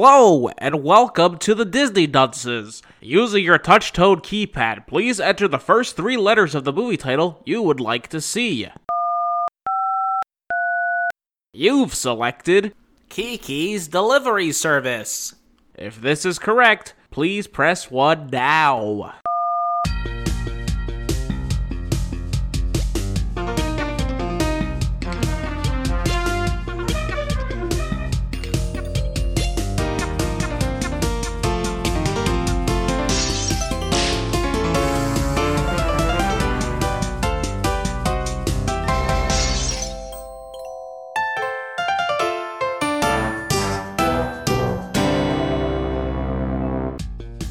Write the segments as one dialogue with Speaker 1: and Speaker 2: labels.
Speaker 1: Hello, and welcome to the Disney Dunces. Using your touch tone keypad, please enter the first three letters of the movie title you would like to see. You've selected Kiki's Delivery Service. If this is correct, please press 1 now.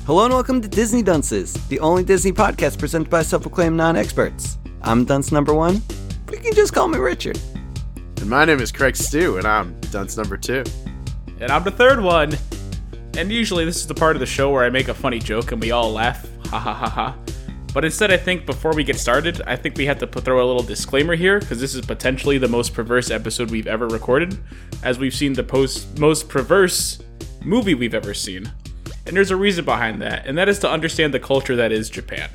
Speaker 2: Hello and welcome to Disney Dunces, the only Disney podcast presented by self-proclaimed non-experts. I'm dunce number one. But you can just call me Richard.
Speaker 3: And my name is Craig Stew, and I'm dunce number two.
Speaker 4: And I'm the third one. And usually this is the part of the show where I make a funny joke and we all laugh. Ha ha ha ha. But instead, I think before we get started, I think we have to put, throw a little disclaimer here because this is potentially the most perverse episode we've ever recorded, as we've seen the post, most perverse movie we've ever seen. And there's a reason behind that, and that is to understand the culture that is Japan.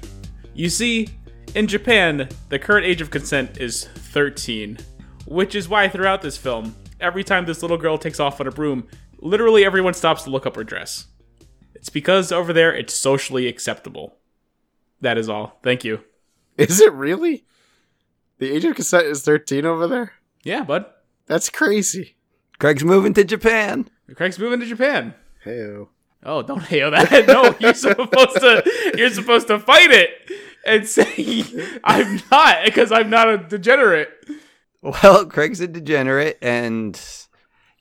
Speaker 4: You see, in Japan, the current age of consent is 13, which is why throughout this film, every time this little girl takes off on a broom, literally everyone stops to look up her dress. It's because over there it's socially acceptable. That is all. Thank you.
Speaker 3: Is it really? The age of consent is 13 over there?
Speaker 4: Yeah, bud.
Speaker 3: That's crazy.
Speaker 2: Craig's moving to Japan.
Speaker 4: Craig's moving to Japan.
Speaker 3: Hey,
Speaker 4: Oh, don't hail that. No, you're supposed to you're supposed to fight it and say I'm not because I'm not a degenerate.
Speaker 2: Well, Craig's a degenerate, and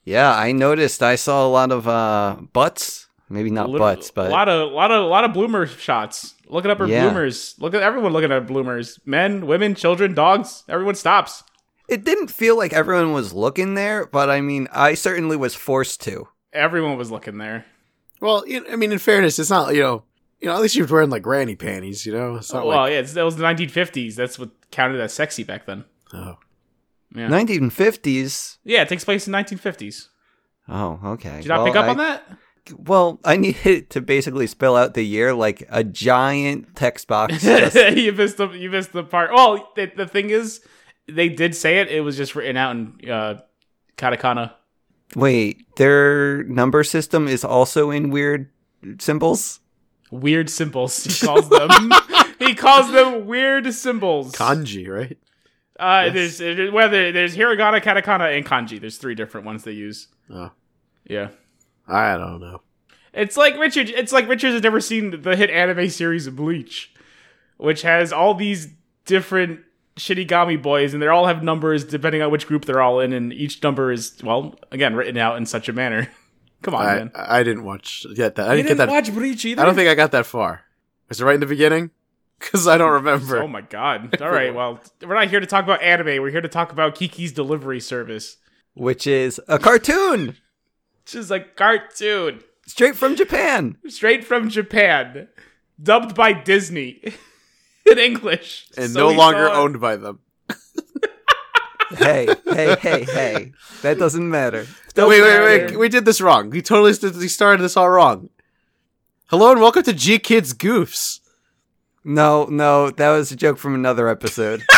Speaker 2: yeah, I noticed I saw a lot of uh, butts. Maybe not
Speaker 4: Lit-
Speaker 2: butts,
Speaker 4: a
Speaker 2: but
Speaker 4: lot of lot of lot of bloomer shots. Looking up her
Speaker 2: Yeah.
Speaker 4: bloomers. Look at everyone looking at bloomers. Men, women, children, dogs. Everyone stops.
Speaker 2: it didn't feel like everyone was looking there. But I mean, I certainly was forced to.
Speaker 4: Everyone was looking there.
Speaker 3: Well, you I mean, in fairness, it's not, you know, you know, at least you're wearing like granny panties, you know? It's not
Speaker 4: well,
Speaker 3: like,
Speaker 4: yeah, it's, that was the 1950s. That's what counted as sexy back then.
Speaker 3: oh.
Speaker 4: Yeah.
Speaker 2: 1950s.
Speaker 4: Yeah, it takes place in 1950s.
Speaker 2: Oh, okay.
Speaker 4: Did you not
Speaker 2: Well,
Speaker 4: pick up
Speaker 2: I-
Speaker 4: on that?
Speaker 2: Well, I needed to basically spell out the year like a giant text box. Just,
Speaker 4: you missed the you missed the part. Well, the, the thing is, they did say it. It was just written out in uh, katakana.
Speaker 2: wait, their number system is also in weird symbols?
Speaker 4: Weird symbols. He calls them. he calls them weird symbols.
Speaker 3: Kanji, right?
Speaker 4: Uh,
Speaker 3: Yes.
Speaker 4: there's uh, whether there's hiragana, katakana, and kanji. There's three different ones they use.
Speaker 3: Oh.
Speaker 4: Yeah,
Speaker 3: I don't know.
Speaker 4: it's like Richard. It's like Richard has never seen the hit anime series Bleach, which has all these different Shinigami boys, and they all have numbers depending on which group they're all in, and each number is well, again, written out in such a manner. Come on,
Speaker 3: I,
Speaker 4: man.
Speaker 3: I didn't watch get that. I
Speaker 4: You
Speaker 3: didn't, get that.
Speaker 4: watch Bleach either.
Speaker 3: I don't think I got that far. Was it right in the beginning? Because I don't remember.
Speaker 4: Oh my god! All right, well, we're not here to talk about anime. We're here to talk about Kiki's Delivery Service,
Speaker 2: Which is a cartoon
Speaker 4: which is a cartoon.
Speaker 2: straight from Japan.
Speaker 4: straight from Japan, dubbed by Disney in English,
Speaker 3: and
Speaker 4: So
Speaker 3: no
Speaker 4: we
Speaker 3: longer
Speaker 4: saw-
Speaker 3: owned by them.
Speaker 2: hey, hey, hey, hey. That doesn't matter.
Speaker 3: wait, wait,
Speaker 4: matter.
Speaker 3: wait. We did this wrong. We totally st- we started this all wrong. Hello and welcome to G Kids Goofs.
Speaker 2: No, no, that was a joke from another episode.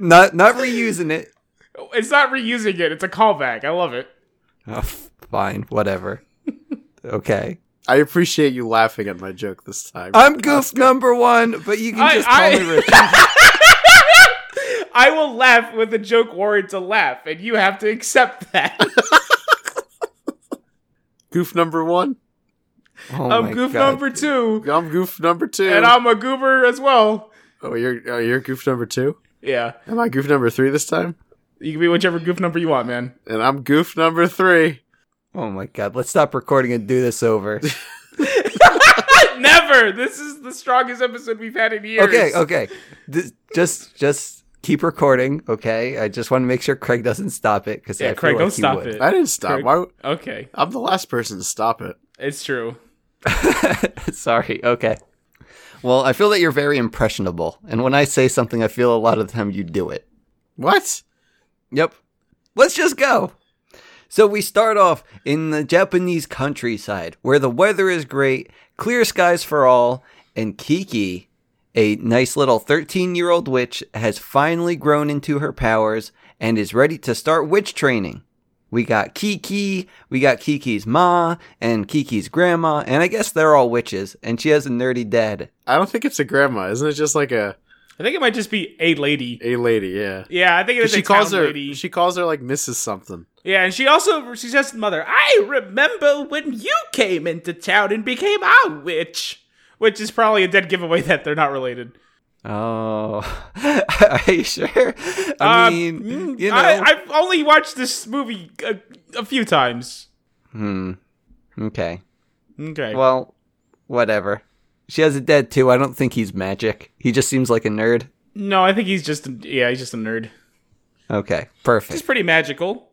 Speaker 2: not not reusing it.
Speaker 4: It's not reusing it; it's a callback. I love it.
Speaker 2: Oh, fine, whatever. Okay.
Speaker 3: I appreciate you laughing at my joke this time.
Speaker 2: I'm goof number one, but you can
Speaker 4: I-
Speaker 2: just call
Speaker 4: I-
Speaker 2: me Richard.
Speaker 4: I will laugh with a joke warrant to laugh, and you have to accept that.
Speaker 3: goof number one.
Speaker 2: Oh my
Speaker 4: I'm goof
Speaker 2: God.
Speaker 4: number two,
Speaker 3: I'm goof number two.
Speaker 4: and I'm a goober as well.
Speaker 3: oh, you're oh, you're goof number two.
Speaker 4: Yeah,
Speaker 3: Am I goof number three this time?
Speaker 4: you can be whichever goof number you want, man.
Speaker 3: And I'm goof number three.
Speaker 2: Oh my god, let's stop recording and do this over.
Speaker 4: Never. This is the strongest episode we've had in years.
Speaker 2: okay, okay. This, just just keep recording, okay? I just want to make sure Craig doesn't stop it cuz
Speaker 4: Yeah,
Speaker 2: I
Speaker 4: Craig,
Speaker 2: feel like
Speaker 4: don't
Speaker 2: he
Speaker 4: stop
Speaker 2: would.
Speaker 4: it.
Speaker 3: I didn't stop.
Speaker 4: Craig-
Speaker 3: Why? w-
Speaker 4: Okay,
Speaker 3: I'm the last person to stop it.
Speaker 4: it's true.
Speaker 2: Sorry. Okay. Well, I feel that you're very impressionable, and when I say something, I feel a lot of the time you do it.
Speaker 3: What?
Speaker 2: Yep. Let's just go. So we start off in the Japanese countryside where the weather is great, clear skies for all, and Kiki, a nice little 13 year old witch, has finally grown into her powers and is ready to start witch training. We got Kiki, we got Kiki's ma, and Kiki's grandma, and I guess they're all witches, and she has a nerdy dad.
Speaker 3: I don't think it's a grandma. Isn't it just like a
Speaker 4: I think it might just be a lady.
Speaker 3: a lady? Yeah.
Speaker 4: Yeah, I think it is
Speaker 3: She
Speaker 4: a town
Speaker 3: calls her.
Speaker 4: lady.
Speaker 3: She calls her like Mrs. Something.
Speaker 4: yeah, and she also she says to the mother, "I remember when you came into town and became our witch," which is probably a dead giveaway that they're not related.
Speaker 2: Oh, are you sure? I
Speaker 4: Uh,
Speaker 2: mean,
Speaker 4: mm,
Speaker 2: you know,
Speaker 4: I, I've only watched this movie a, a few times.
Speaker 2: Hmm. okay.
Speaker 4: Okay.
Speaker 2: Well, whatever. She has a dad too. I don't think he's magic. He just seems like a nerd.
Speaker 4: no, I think he's just yeah, he's just a nerd.
Speaker 2: Okay,
Speaker 4: He's
Speaker 2: perfect.
Speaker 4: pretty magical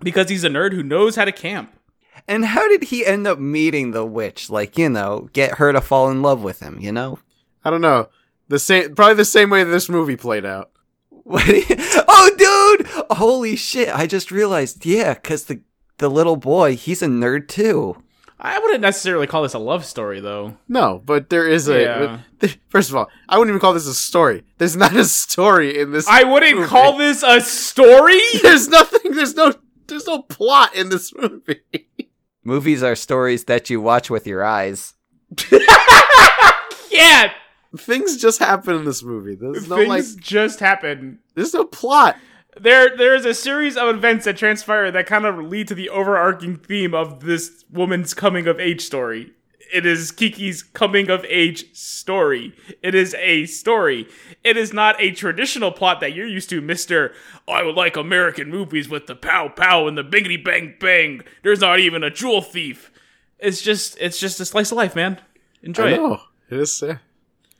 Speaker 4: because he's a nerd who knows how to camp.
Speaker 2: And how did he end up meeting the witch? Like, you know, get her to fall in love with him, you know?
Speaker 3: I don't know. The same, probably the same way this movie played out.
Speaker 2: What do you- oh, dude! Holy shit, I just realized, yeah, because the, the little boy, he's a nerd too.
Speaker 4: I wouldn't necessarily call this a love story though.
Speaker 3: No, but there is a.
Speaker 4: Yeah.
Speaker 3: th- First of all, I wouldn't even call this a story. There's not a story in this.
Speaker 4: I wouldn't
Speaker 3: movie.
Speaker 4: call this a story.
Speaker 3: There's nothing. There's no. There's no plot in this movie.
Speaker 2: Movies are stories that you watch with your eyes.
Speaker 4: yeah,
Speaker 3: Things just happen in this movie. There's no like.
Speaker 4: things just happen.
Speaker 3: There's no plot.
Speaker 4: There, there is a series of events that transpire that kind of lead to the overarching theme of this woman's coming of age story. It is Kiki's coming of age story. It is a story. It is not a traditional plot that you're used to, Mister. I would like American movies with the pow pow and the biggity bang bang. There's not even a jewel thief. It's just, it's just a slice of life, man. Enjoy it.
Speaker 3: No, it is. Uh,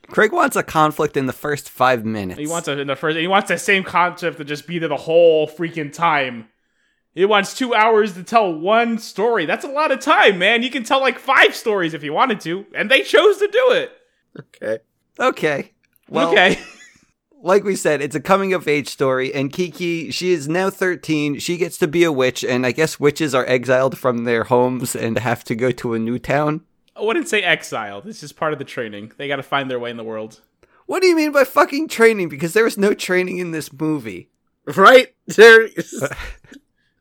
Speaker 2: Craig wants a conflict in the first five minutes.
Speaker 4: He wants a, in the first. He wants that same concept to just be there the whole freaking time. He wants two hours to tell one story. That's a lot of time, man. You can tell like five stories if you wanted to, and they chose to do it.
Speaker 3: okay.
Speaker 2: Okay. Well,
Speaker 4: okay,
Speaker 2: like we said, it's a coming of age story, and Kiki, she is now 13. She gets to be a witch, and I guess witches are exiled from their homes and have to go to a new town.
Speaker 4: I wouldn't say exile. This is part of the training. They got to find their way in the world.
Speaker 2: What do you mean by fucking training? Because there was no training in this movie.
Speaker 3: Right there. is-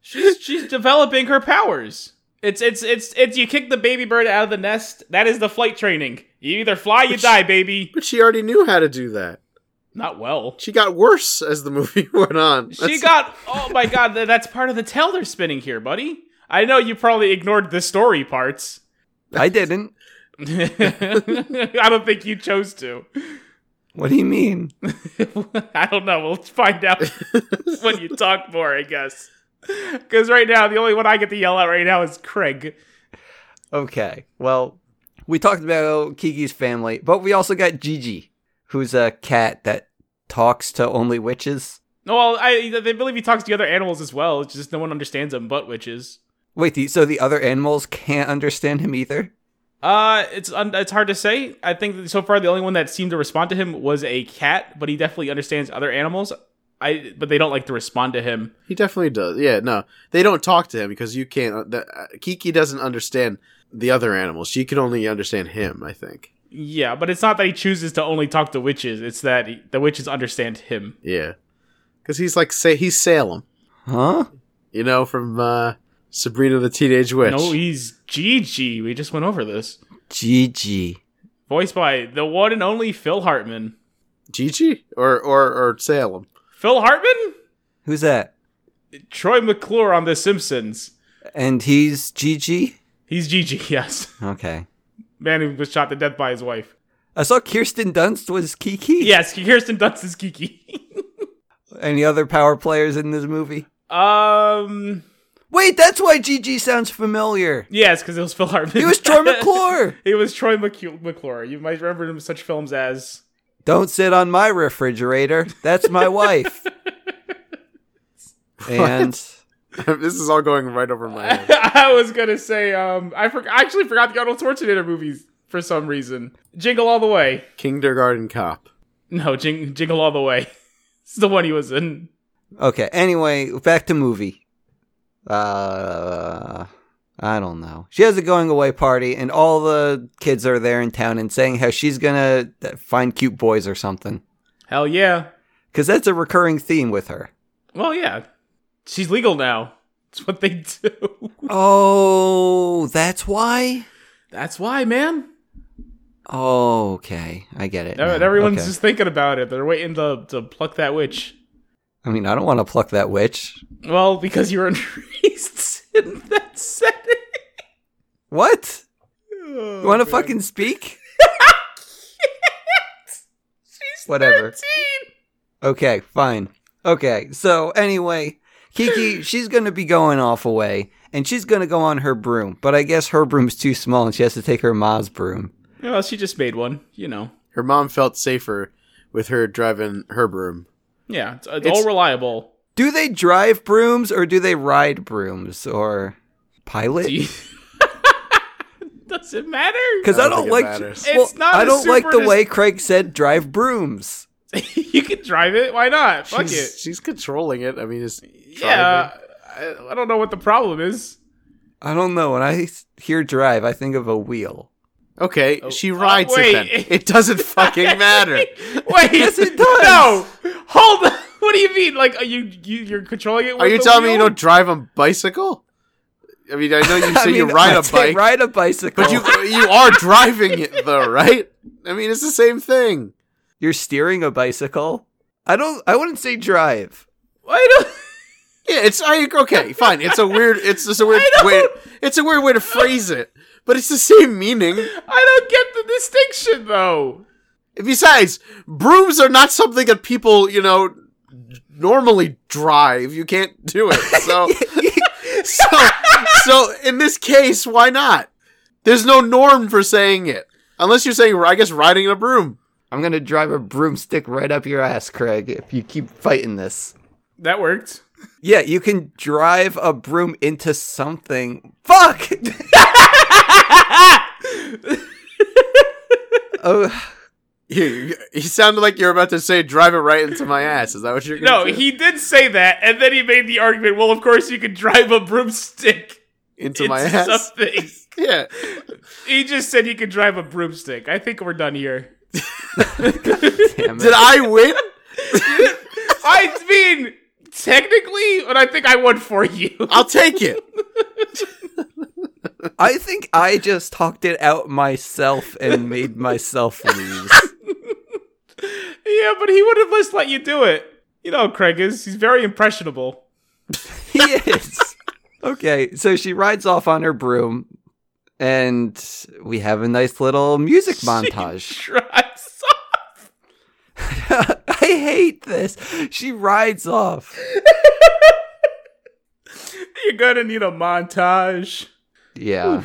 Speaker 4: She's she's developing her powers. It's it's it's it's you kick the baby bird out of the nest. That is the flight training. You either fly, you die, baby.
Speaker 3: But she already knew how to do that.
Speaker 4: Not well.
Speaker 3: She got worse as the movie went on.
Speaker 4: She
Speaker 3: That's-
Speaker 4: got. Oh my god, th- that's part of the tale they're spinning here, buddy. I know you probably ignored the story parts.
Speaker 2: I didn't.
Speaker 4: I don't think you chose to.
Speaker 2: What do you mean?
Speaker 4: I don't know. We'll find out when you talk more, I guess. Because right now, the only one I get to yell at right now is Craig.
Speaker 2: Okay. Well, we talked about Kiki's family, but we also got Gigi, who's a cat that talks to only witches.
Speaker 4: No, well, I they believe he talks to the other animals as well. It's just no one understands him but witches.
Speaker 2: Wait, the, so the other animals can't understand him either?
Speaker 4: Uh, it's un- it's hard to say. I think that so far the only one that seemed to respond to him was a cat, but he definitely understands other animals. I but they don't like to respond to him.
Speaker 3: He definitely does. Yeah, no, they don't talk to him because you can't. Uh, the, uh, Kiki doesn't understand the other animals. She can only understand him. I think.
Speaker 4: Yeah, but it's not that he chooses to only talk to witches. It's that he- the witches understand him.
Speaker 3: Yeah, because he's like say he's Salem,
Speaker 2: Huh?
Speaker 3: you know, from uh, Sabrina the Teenage Witch.
Speaker 4: No, he's Gigi. We just went over this.
Speaker 2: Gigi.
Speaker 4: Voiced by the one and only Phil Hartman.
Speaker 3: Gigi or or or Salem.
Speaker 4: Phil Hartman,
Speaker 2: Who's that?
Speaker 4: Troy McClure on The Simpsons.
Speaker 2: And he's Gigi?
Speaker 4: He's Gigi. Yes,
Speaker 2: Okay.
Speaker 4: man who was shot to death by his wife.
Speaker 2: I saw Kirsten Dunst was Kiki.
Speaker 4: Yes, Kirsten Dunst is Kiki.
Speaker 2: Any other power players in this movie?
Speaker 4: um.
Speaker 2: Wait, that's why Gigi sounds familiar.
Speaker 4: Yes, because it was Phil Hartman.
Speaker 2: He was Troy McClure.
Speaker 4: It was Troy McCu- McClure. You might remember him in such films as
Speaker 2: Don't sit on my refrigerator. That's my wife. and
Speaker 3: this is all going right over my head.
Speaker 4: I was gonna say. Um, I, for- I actually forgot the Arnold Schwarzenegger movies for some reason. Jingle All the Way.
Speaker 3: Kindergarten Cop.
Speaker 4: No, jing- Jingle All the Way. it's the one he was in.
Speaker 2: okay, anyway, back to movie. uh I don't know. She has a going away party and all the kids are there in town and saying how she's going to find cute boys or something.
Speaker 4: Hell yeah.
Speaker 2: Cuz that's a recurring theme with her.
Speaker 4: Well, yeah. She's legal now. That's what they do.
Speaker 2: Oh, that's why?
Speaker 4: That's why, man.
Speaker 2: Okay, I get it.
Speaker 4: Ev-
Speaker 2: now.
Speaker 4: Everyone's
Speaker 2: Okay.
Speaker 4: just thinking about it. They're waiting to, to pluck that witch.
Speaker 2: I mean, I don't want to pluck that witch.
Speaker 4: Well, because you're unraised in that setting.
Speaker 2: What? You want to fucking speak?
Speaker 4: She's
Speaker 2: Whatever.
Speaker 4: 13.
Speaker 2: Okay, fine. Okay, so anyway, Kiki, she's going to be going off away, and she's going to go on her broom. But I guess her broom's too small, and she has to take her mom's broom.
Speaker 4: Well, she just made one, you know.
Speaker 3: Her mom felt safer with her driving her broom.
Speaker 4: Yeah, it's, it's,
Speaker 3: It's-
Speaker 4: all reliable.
Speaker 2: Do they drive brooms or do they ride brooms or pilot?
Speaker 4: Do you- Does it matter?
Speaker 2: Because
Speaker 3: I
Speaker 2: I
Speaker 3: don't
Speaker 2: don't
Speaker 3: think it
Speaker 2: like.
Speaker 3: matters.
Speaker 2: well,
Speaker 4: It's not
Speaker 2: I
Speaker 4: a
Speaker 2: don't like the
Speaker 4: super dis-
Speaker 2: way Craig said drive brooms.
Speaker 4: you can drive it. Why not? Fuck
Speaker 3: she's,
Speaker 4: it.
Speaker 3: she's controlling it. I mean, it's
Speaker 4: Yeah, I, I don't know what the problem is.
Speaker 2: I don't know. When I s- hear drive, I think of a wheel.
Speaker 3: Okay,
Speaker 4: Oh.
Speaker 3: she
Speaker 4: Oh,
Speaker 3: rides
Speaker 4: wait.
Speaker 3: it then. It doesn't fucking matter.
Speaker 4: Wait,
Speaker 2: Yes, it does.
Speaker 4: No, hold on. What do you mean? Like, are you, you you're controlling it? With
Speaker 3: Are you
Speaker 4: the
Speaker 3: telling me you
Speaker 4: wheel?
Speaker 3: don't drive a bicycle? I mean, I know you say
Speaker 2: I
Speaker 3: you
Speaker 2: mean,
Speaker 3: ride
Speaker 2: I
Speaker 3: a
Speaker 2: say
Speaker 3: bike,
Speaker 2: Ride a bicycle.
Speaker 3: but you you are driving it though, right? I mean, it's the same thing.
Speaker 2: You're steering a bicycle. I don't. I wouldn't say drive.
Speaker 4: I don't.
Speaker 3: Yeah, it's I okay, fine. It's a weird. It's just a weird
Speaker 4: I don't-
Speaker 3: way. It's a weird way to phrase it, but it's the same meaning.
Speaker 4: I don't get the distinction though.
Speaker 3: Besides, brooms are not something that people you know normally drive. You can't do it. So, so, so in this case, why not? There's no norm for saying it, unless you're saying I guess riding in a broom.
Speaker 2: I'm gonna drive a broomstick right up your ass, Craig. If you keep fighting this.
Speaker 4: That worked.
Speaker 2: Yeah, you can drive a broom into something. Fuck. oh,
Speaker 3: You, you sounded like you were about to say "drive it right into my ass." Is that what you're?
Speaker 4: No,
Speaker 3: Gonna do?
Speaker 4: he did say that, and then he made the argument. Well, of course you could drive a broomstick
Speaker 3: into
Speaker 4: into
Speaker 3: my ass.
Speaker 4: something.
Speaker 3: Yeah.
Speaker 4: he just said you could drive a broomstick. I think we're done here.
Speaker 2: damn
Speaker 3: Did
Speaker 2: it.
Speaker 3: I win?
Speaker 4: I mean, technically, but I think I won for you.
Speaker 3: I'll take it.
Speaker 2: I think I just talked it out myself and made myself lose.
Speaker 4: Yeah, but he would have just let you do it. You know, how Craig is he's very impressionable.
Speaker 2: he is. Okay, so she rides off on her broom, and we have a nice little music montage.
Speaker 4: Drives off.
Speaker 2: I hate this. She rides off.
Speaker 4: You're gonna need a montage.
Speaker 2: Yeah.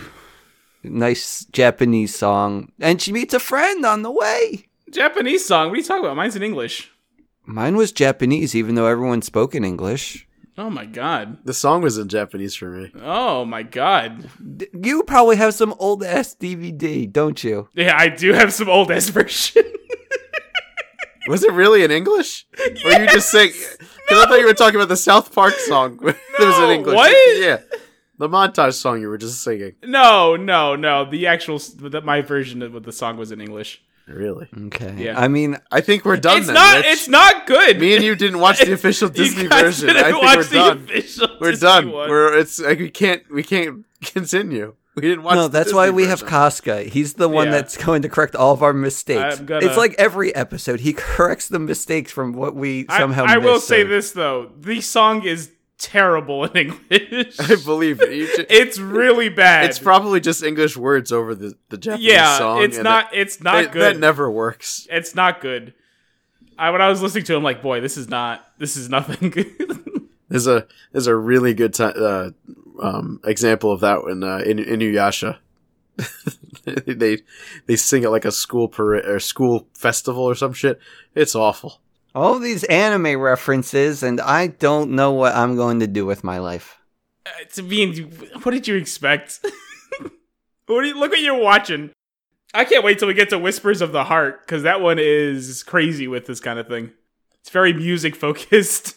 Speaker 2: Nice Japanese song. And she meets a friend on the way.
Speaker 4: Japanese song. What are you talking about? Mine's in English.
Speaker 2: Mine was Japanese, even though everyone spoke in English.
Speaker 4: Oh my god.
Speaker 3: The song was in Japanese for me.
Speaker 4: Oh my god.
Speaker 2: D- You probably have some old ass DVD, don't you?
Speaker 4: Yeah, I do have some old ass version.
Speaker 3: Was it really in English? Or you just saying? Because I thought you were talking about the South Park song that was in
Speaker 4: No,
Speaker 3: English.
Speaker 4: what?
Speaker 3: Yeah, the montage song you were just singing.
Speaker 4: no, no, no. The actual that my version of what the song was in English.
Speaker 3: Really?
Speaker 2: Okay.
Speaker 4: Yeah.
Speaker 2: I mean,
Speaker 3: I think we're done.
Speaker 4: it's
Speaker 3: then,
Speaker 4: not.
Speaker 3: Rich.
Speaker 4: It's not good.
Speaker 3: Me and you didn't watch the official Disney
Speaker 4: you guys
Speaker 3: version.
Speaker 4: didn't
Speaker 3: I think
Speaker 4: watch
Speaker 3: we're
Speaker 4: the
Speaker 3: done.
Speaker 4: official
Speaker 3: We're
Speaker 4: Disney
Speaker 3: done.
Speaker 4: one.
Speaker 3: We're it's like we can't we can't continue. We didn't watch.
Speaker 2: no,
Speaker 3: the
Speaker 2: that's
Speaker 3: Disney
Speaker 2: why we have
Speaker 3: version.
Speaker 2: Casca. He's the one
Speaker 4: Yeah.
Speaker 2: that's going to correct all of our mistakes.
Speaker 4: I'm gonna-
Speaker 2: It's like every episode, he corrects the mistakes from what we
Speaker 4: I-
Speaker 2: somehow
Speaker 4: I, will
Speaker 2: missed
Speaker 4: say
Speaker 2: or-
Speaker 4: this though: the song is terrible in English.
Speaker 3: I believe it. You should-
Speaker 4: it's really bad.
Speaker 3: it's probably just English words over the the Japanese
Speaker 4: yeah.
Speaker 3: song.
Speaker 4: it's
Speaker 3: and
Speaker 4: not. it's
Speaker 3: That,
Speaker 4: not
Speaker 3: that-
Speaker 4: good.
Speaker 3: that never works.
Speaker 4: it's not good. I when I was listening to him, like, boy, this is not. This is nothing.
Speaker 3: There's a there's a really good ti uh, um, example of that in uh, in Inuyasha. they they sing it like a school parade or school festival or some shit. It's awful.
Speaker 2: All these anime references, and I don't know what I'm going to do with my life.
Speaker 4: to be, what did you expect? what do you look what you're watching? I can't wait till we get to Whispers of the Heart because that one is crazy with this kind of thing. It's very music focused.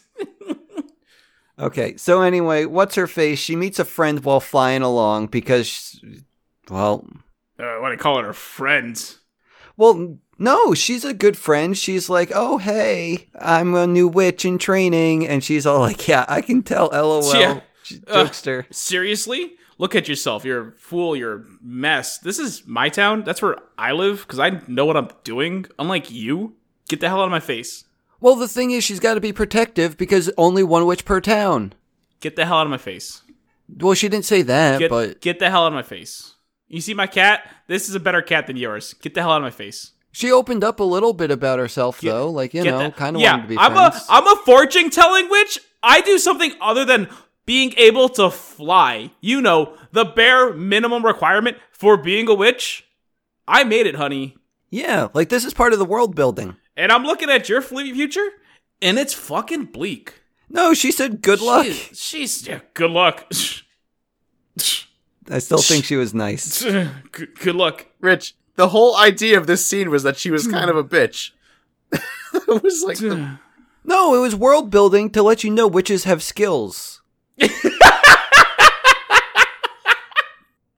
Speaker 2: Okay, so anyway, what's her face? She meets a friend while flying along because, she- well,
Speaker 4: Uh, what I call it, her friends.
Speaker 2: well, no, she's a good friend. She's like, oh hey, I'm a new witch in training, and she's all like, yeah, I can tell, lol,
Speaker 4: Yeah. Uh,
Speaker 2: She-
Speaker 4: Ugh.
Speaker 2: jokester.
Speaker 4: Seriously? Look at yourself. You're a fool. You're a mess. This is my town. That's where I live because I know what I'm doing. Unlike you, get the hell out of my face.
Speaker 2: Well, the thing is, she's got to be protective because only one witch per town.
Speaker 4: Get the hell out of my face.
Speaker 2: Well, she didn't say that,
Speaker 4: Get,
Speaker 2: but
Speaker 4: get the hell out of my face. You see my cat? This is a better cat than yours. Get the hell out of my face.
Speaker 2: she opened up a little bit about herself, though. Like you
Speaker 4: Get
Speaker 2: know,
Speaker 4: the-
Speaker 2: kind of
Speaker 4: yeah,
Speaker 2: wanted to be
Speaker 4: I'm
Speaker 2: friends.
Speaker 4: a I'm a fortune telling witch. I do something other than being able to fly. You know the bare minimum requirement for being a witch. I made it, honey.
Speaker 2: yeah, like this is part of the world building.
Speaker 4: And I'm looking at your fleet future, and it's fucking bleak.
Speaker 2: No, she said good luck.
Speaker 4: She's, she's yeah, good luck.
Speaker 2: I still think she was nice.
Speaker 4: good, good luck.
Speaker 3: Rich, the whole idea of this scene was that she was kind of a bitch. it was like the-
Speaker 2: No, it was world building to let you know witches have skills.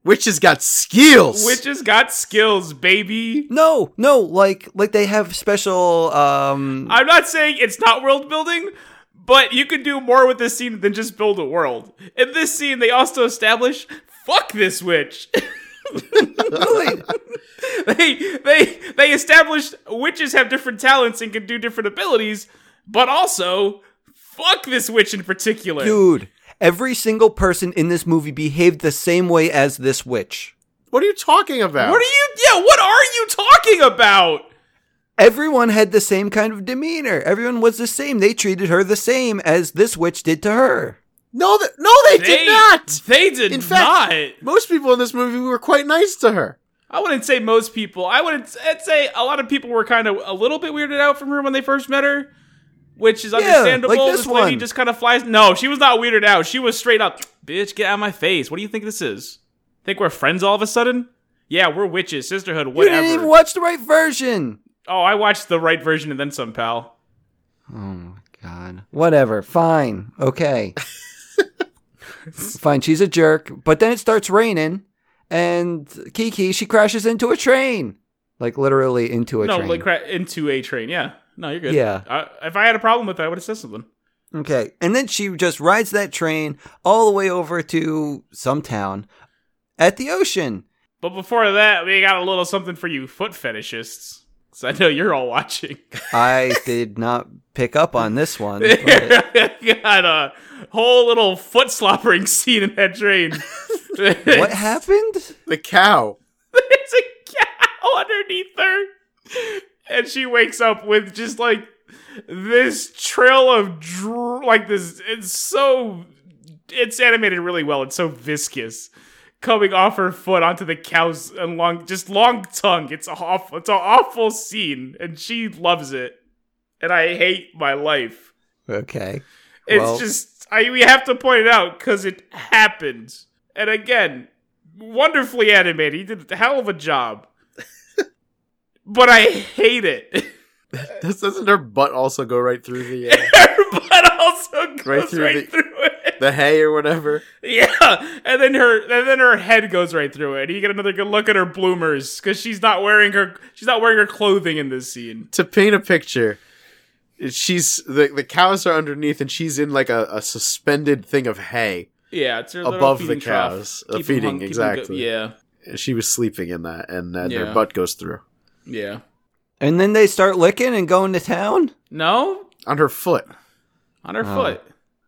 Speaker 3: witches got skills.
Speaker 4: Witches got skills, baby.
Speaker 2: No, no, like like they have special um
Speaker 4: I'm not saying it's not world building, but you can do more with this scene than just build a world. In this scene, they also establish fuck this witch. they they they established witches have different talents and can do different abilities, but also fuck this witch in particular.
Speaker 2: dude. Every single person in this movie behaved the same way as this witch.
Speaker 3: what are you talking about?
Speaker 4: What are you? Yeah, what are you talking about?
Speaker 2: Everyone had the same kind of demeanor. Everyone was the same. They treated her the same as this witch did to her.
Speaker 3: no, th- no, they, did not.
Speaker 4: They did
Speaker 3: In fact-
Speaker 4: not.
Speaker 3: Most people in this movie were quite nice to her.
Speaker 4: I wouldn't say most people. I wouldn't. I'd say a lot of people were kind of a little bit weirded out from her when they first met her, which is understandable.
Speaker 2: like this
Speaker 4: lady
Speaker 2: one.
Speaker 4: just kind of flies. No, she was not weirded out. She was straight up, bitch, get out of my face. What do you think this is? Think we're friends all of a sudden? Yeah, we're witches, sisterhood,
Speaker 2: You
Speaker 4: whatever.
Speaker 2: didn't even watch the right version.
Speaker 4: oh, I watched the right version and then some, pal.
Speaker 2: Oh my god. Whatever. Fine. Okay. Fine. She's a jerk. But then it starts raining, and Kiki she crashes into a train, like literally into a
Speaker 4: no,
Speaker 2: train.
Speaker 4: like cra- into a train. Yeah. No, you're good.
Speaker 2: Yeah.
Speaker 4: I, if I had a problem with that, I would have said something.
Speaker 2: okay. And then she just rides that train all the way over to some town at the ocean.
Speaker 4: But before that, we got a little something for you foot fetishists. Because I know you're all watching.
Speaker 2: I did not pick up on this one. but-
Speaker 4: got a whole little foot sloppering scene in that train.
Speaker 2: what happened?
Speaker 3: The cow.
Speaker 4: There's a cow underneath her. And she wakes up with just like this trail of dr- like this it's so it's animated really well. It's so viscous coming off her foot onto the cow's and long just long tongue. It's awful. It's an awful scene and she loves it. And I hate my life.
Speaker 2: Okay.
Speaker 4: It's
Speaker 2: Well-
Speaker 4: just I we have to point it out because it happened. And again, wonderfully animated. He did a hell of a job. but I hate it.
Speaker 3: Does- Doesn't her butt also go right through the uh,
Speaker 4: but also goes right
Speaker 3: Right
Speaker 4: through,
Speaker 3: through the-
Speaker 4: it.
Speaker 3: the hay or whatever?
Speaker 4: Yeah, and then her and then her head goes right through it. You get another good look at her bloomers because she's not wearing her she's not wearing her clothing in this scene.
Speaker 3: To paint a picture, she's the the cows are underneath, and she's in like a, a suspended thing of hay.
Speaker 4: Yeah, it's her little
Speaker 3: Above
Speaker 4: feeding
Speaker 3: the
Speaker 4: trough.
Speaker 3: cows. Uh,
Speaker 4: 'em
Speaker 3: feeding,
Speaker 4: 'em go-
Speaker 3: exactly.
Speaker 4: Yeah,
Speaker 3: She was sleeping in that, and uh,
Speaker 4: Yeah.
Speaker 3: their butt goes through
Speaker 4: yeah.
Speaker 2: And then they start licking and going to town?
Speaker 4: No,
Speaker 3: on her foot.
Speaker 4: on her foot.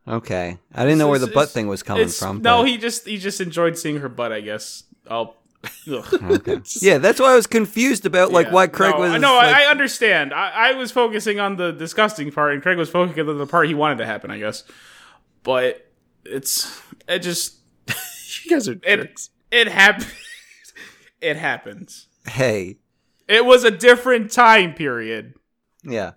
Speaker 2: Okay. I didn't know where the
Speaker 4: It's-
Speaker 2: butt
Speaker 4: it's-
Speaker 2: thing was coming
Speaker 4: it's-
Speaker 2: from.
Speaker 4: No,
Speaker 2: but-
Speaker 4: he just he just enjoyed seeing her butt. I guess. I'll. ugh.
Speaker 2: Yeah, that's why I was confused about like
Speaker 4: Yeah.
Speaker 2: why Craig
Speaker 4: no,
Speaker 2: was.
Speaker 4: No,
Speaker 2: like,
Speaker 4: I, I understand. I, I was focusing on the disgusting part, and Craig was focusing on the part he wanted to happen. I guess, but it's it just
Speaker 3: You guys are jerks.
Speaker 4: it it happened. it happens.
Speaker 2: hey,
Speaker 4: It was a different time period.
Speaker 2: yeah.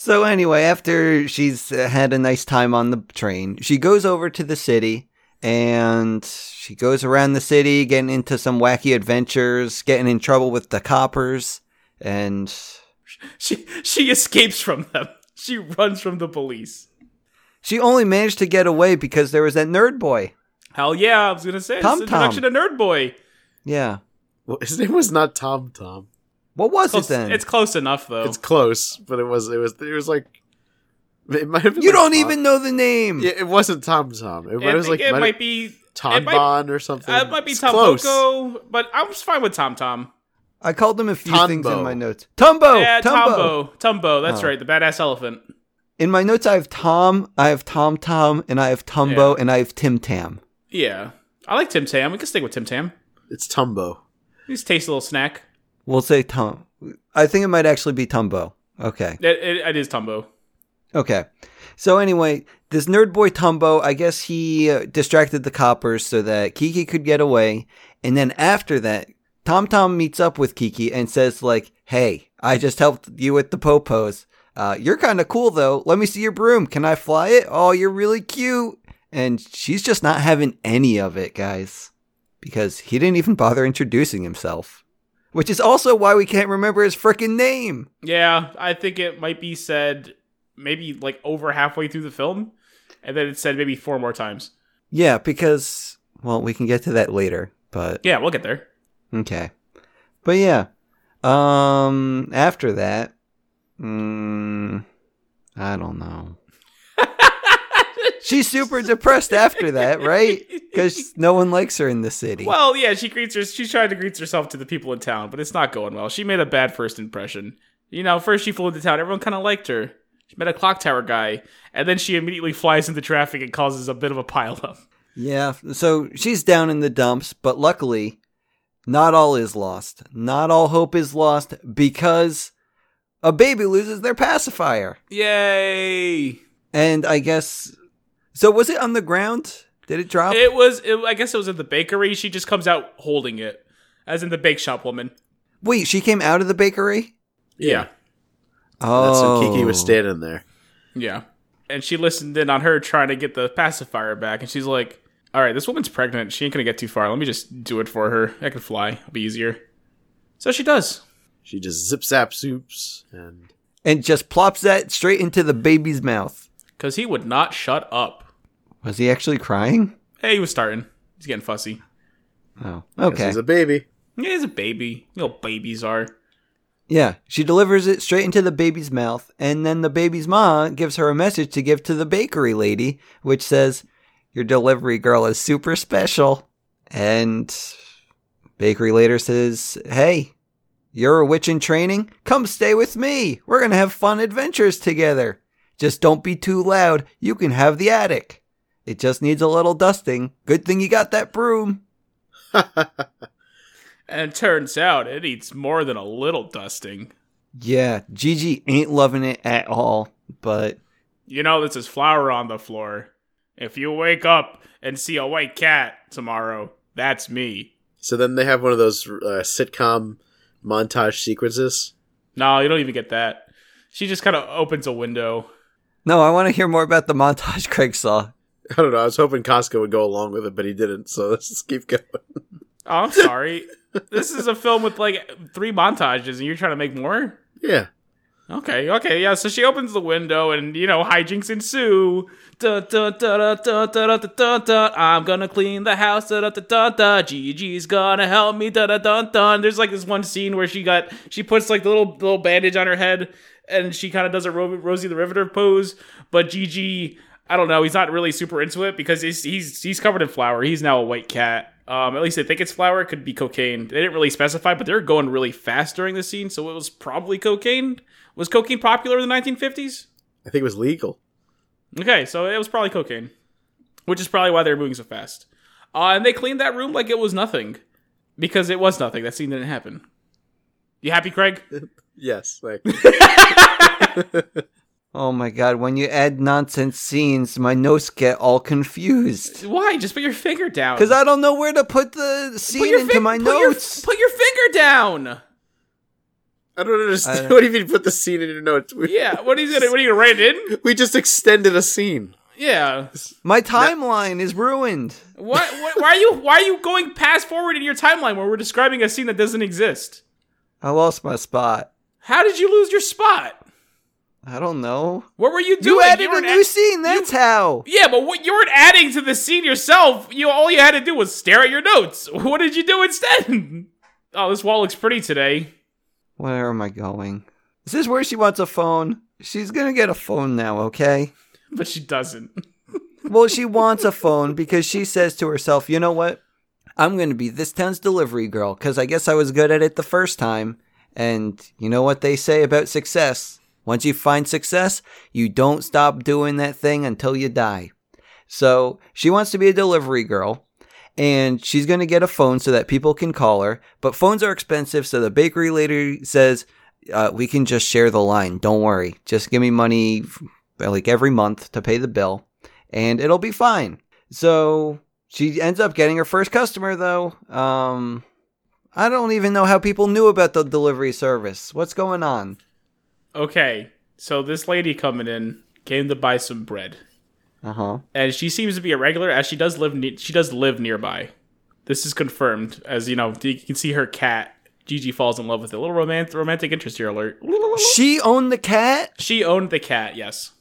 Speaker 2: So anyway, after she's uh, had a nice time on the train, she goes over to the city and she goes around the city, getting into some wacky adventures, getting in trouble with the coppers, and
Speaker 4: She she escapes from them. She runs from the police.
Speaker 2: She only managed to get away because there was that nerd boy.
Speaker 4: Hell yeah, I was gonna say
Speaker 2: Tom
Speaker 4: it's introduction to Nerd Boy.
Speaker 2: Yeah.
Speaker 3: Well, his name was not Tom Tom.
Speaker 2: What was
Speaker 4: Close-
Speaker 2: it then?
Speaker 4: it's close enough though.
Speaker 3: It's close, but it was it was it was like it might have been
Speaker 2: you
Speaker 3: like
Speaker 2: don't
Speaker 3: Tom-
Speaker 2: even know the name.
Speaker 3: Yeah, it wasn't Tom Tom. It,
Speaker 4: I
Speaker 3: might- it was
Speaker 4: think
Speaker 3: like
Speaker 4: it
Speaker 3: might
Speaker 4: might
Speaker 3: have-
Speaker 4: be
Speaker 3: Tom
Speaker 4: it might-
Speaker 3: Bon or something.
Speaker 4: Uh, it might be
Speaker 3: It's
Speaker 4: Tom
Speaker 3: close.
Speaker 4: Boko, but I was fine with Tom Tom.
Speaker 2: I called him a few things in
Speaker 3: Tombo.
Speaker 2: my notes.
Speaker 3: Oh,
Speaker 2: Tumbo.
Speaker 4: yeah,
Speaker 2: Tumbo.
Speaker 4: Tombo. Tombo, that's
Speaker 2: Oh.
Speaker 4: right, the badass elephant.
Speaker 2: In my notes, I have Tom, I have Tom Tom, and I have Tumbo, and I have Tim Tam.
Speaker 4: Yeah. I like Tim Tam. We can stick with Tim Tam.
Speaker 3: It's Tumbo.
Speaker 4: He's a tasty little snack.
Speaker 2: We'll say Tom. I think it might actually be Tumbo. Okay.
Speaker 4: It, it, it is Tombo.
Speaker 2: Okay. So anyway, this nerd boy Tumbo, I guess he uh, distracted the coppers so that Kiki could get away. And then after that, Tom Tom meets up with Kiki and says like, "Hey, I just helped you with the popos. Uh, you're kind of cool though. Let me see your broom. Can I fly it? Oh, you're really cute." And she's just not having any of it, guys, because he didn't even bother introducing himself, which is also why we can't remember his freaking name.
Speaker 4: Yeah, I think it might be said maybe like over halfway through the film, and then it's said maybe four more times.
Speaker 2: Yeah, because well, we can get to that later, but
Speaker 4: Yeah, we'll get there.
Speaker 2: Okay. But yeah. Um after that, mm, I don't know. She's super depressed after that, right? Cuz no one likes her in the city.
Speaker 4: Well, yeah, she greets her. She's trying to greet herself to the people in town, but it's not going well. She made a bad first impression. You know, first she flew into town. Everyone kind of liked her. She met a clock tower guy, and then she immediately flies into traffic and causes a bit of a pileup.
Speaker 2: yeah, so she's down in the dumps, but luckily not all is lost. Not all hope is lost because a baby loses their pacifier.
Speaker 4: Yay!
Speaker 2: And I guess so was it on the ground? Did it drop?
Speaker 4: It was. It, I guess it was at the bakery. She just comes out holding it, as in the bake shop woman.
Speaker 2: Wait, she came out of the bakery?
Speaker 4: Yeah.
Speaker 2: Oh,
Speaker 3: That's what Kiki was standing there.
Speaker 4: Yeah. And she listened in on her trying to get the pacifier back, and she's like, "All right, this woman's pregnant. She ain't gonna get too far. Let me just do it for her. I can fly. It'll be easier." So she does.
Speaker 3: She just zip zap soups and
Speaker 2: And just plops that straight into the baby's mouth.
Speaker 4: Because he would not shut up.
Speaker 2: Was he actually crying?
Speaker 4: Hey, he was starting. He's getting fussy.
Speaker 2: Oh,
Speaker 3: okay.
Speaker 2: okay.
Speaker 3: she's a baby.
Speaker 4: Yeah, he's a baby. You know, what babies are.
Speaker 2: yeah, she delivers it straight into the baby's mouth, and then the baby's mom gives her a message to give to the bakery lady, which says, Your delivery girl is super special. And bakery later says, Hey, you're a witch in training? Come stay with me. We're going to have fun adventures together. Just don't be too loud. You can have the attic. It just needs a little dusting. Good thing you got that broom.
Speaker 4: And it turns out it eats more than a little dusting.
Speaker 2: Yeah, Gigi ain't loving it at all, but
Speaker 4: You know, this is flour on the floor. If you wake up and see a white cat tomorrow, that's me.
Speaker 3: So then they have one of those uh, sitcom montage sequences.
Speaker 4: No, you don't even get that. She just kind of opens a window.
Speaker 2: no, I want to hear more about the montage Craig saw.
Speaker 3: I don't know. I was hoping Costco would go along with it, but he didn't. So let's just keep going.
Speaker 4: Oh, I'm sorry. this is a film with like three montages, and you're trying to make more?
Speaker 3: Yeah.
Speaker 4: Okay, okay, yeah. So she opens the window, and you know hijinks ensue. Da, da, da, da, da, da, da, da, da, da. I'm gonna clean the house. Da, da, da, da, da. Gigi's gonna help me. Da, da, da, da. And there's like this one scene where she got she puts like the little little bandage on her head, and she kind of does a Ro- Rosie the Riveter pose. But Gigi, I don't know, he's not really super into it because he's he's he's covered in flour. He's now a white cat. Um, at least they think it's flour. It could be cocaine. They didn't really specify, but they're going really fast during the scene, so it was probably cocaine. Was cocaine popular in the 1950s?
Speaker 3: I think it was legal.
Speaker 4: Okay, so it was probably cocaine, which is probably why they were moving so fast. Uh, and they cleaned that room like it was nothing, because it was nothing. That scene didn't happen. You happy, Craig?
Speaker 3: Yes. Like,
Speaker 2: Oh my god, when you add nonsense scenes, my notes get all confused.
Speaker 4: Why? Just put your finger down.
Speaker 2: Because I don't know where to put the
Speaker 4: put
Speaker 2: scene
Speaker 4: your
Speaker 2: into
Speaker 4: fing-
Speaker 2: my
Speaker 4: put your-
Speaker 2: notes.
Speaker 4: put your finger down.
Speaker 3: I don't understand.
Speaker 2: I-
Speaker 3: what do you mean put the scene in your notes? We,
Speaker 4: Yeah. What are you gonna? What are you gonna write it in?
Speaker 3: We just extended a scene.
Speaker 4: Yeah.
Speaker 2: my timeline is ruined.
Speaker 4: Why, why? Why are you? Why are you going past forward in your timeline where we're describing a scene that doesn't exist?
Speaker 2: I lost my spot.
Speaker 4: How did you lose your spot?
Speaker 2: I don't know.
Speaker 4: What were you doing?
Speaker 2: You added a
Speaker 4: weren't
Speaker 2: new
Speaker 4: act-
Speaker 2: scene. That's how.
Speaker 4: Yeah, but what you weren't adding to the scene yourself. You all you had to do was stare at your notes. What did you do instead? Oh, this wall looks pretty today.
Speaker 2: Where am I going? Is this where she wants a phone? She's gonna get a phone now, okay?
Speaker 4: But she doesn't.
Speaker 2: Well, she wants a phone because she says to herself, you know what? I'm going to be this town's delivery girl because I guess I was good at it the first time. And you know what they say about success? Once you find success, you don't stop doing that thing until you die. So she wants to be a delivery girl and she's going to get a phone so that people can call her. But phones are expensive. So the bakery lady says, uh, we can just share the line. Don't worry. Just give me money like every month to pay the bill and it'll be fine. So she ends up getting her first customer though. Um I don't even know how people knew about the delivery service. What's going on?
Speaker 4: Okay, so this lady coming in came to buy some bread,
Speaker 2: Uh-huh.
Speaker 4: and she seems to be a regular as she does live. Ne- she does live nearby. This is confirmed, as you know, you can see her cat. Gigi falls in love with it. A little romant- romantic interest here alert.
Speaker 2: She owned the cat?
Speaker 4: She owned the cat, yes.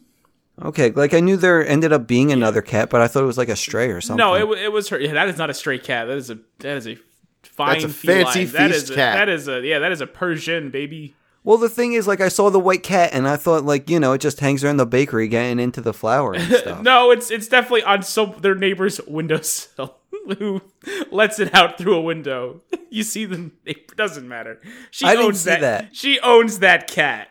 Speaker 2: Okay, like I knew there ended up being another cat, but I thought it was like a stray or something.
Speaker 4: No, it, wa- it was her. Yeah, that is not a stray cat. That is a that is a fine
Speaker 3: That's a
Speaker 4: feline.
Speaker 3: fancy
Speaker 4: that
Speaker 3: feast
Speaker 4: is a,
Speaker 3: cat.
Speaker 4: That is a yeah. That is a Persian baby.
Speaker 2: Well, the thing is like I saw the white cat and I thought like, you know, it just hangs around the bakery getting into the flour and stuff.
Speaker 4: No, it's it's definitely on some their neighbor's windowsill who lets it out through a window. You see the neighbor doesn't matter. She
Speaker 2: I didn't
Speaker 4: owns
Speaker 2: see that.
Speaker 4: She owns that cat.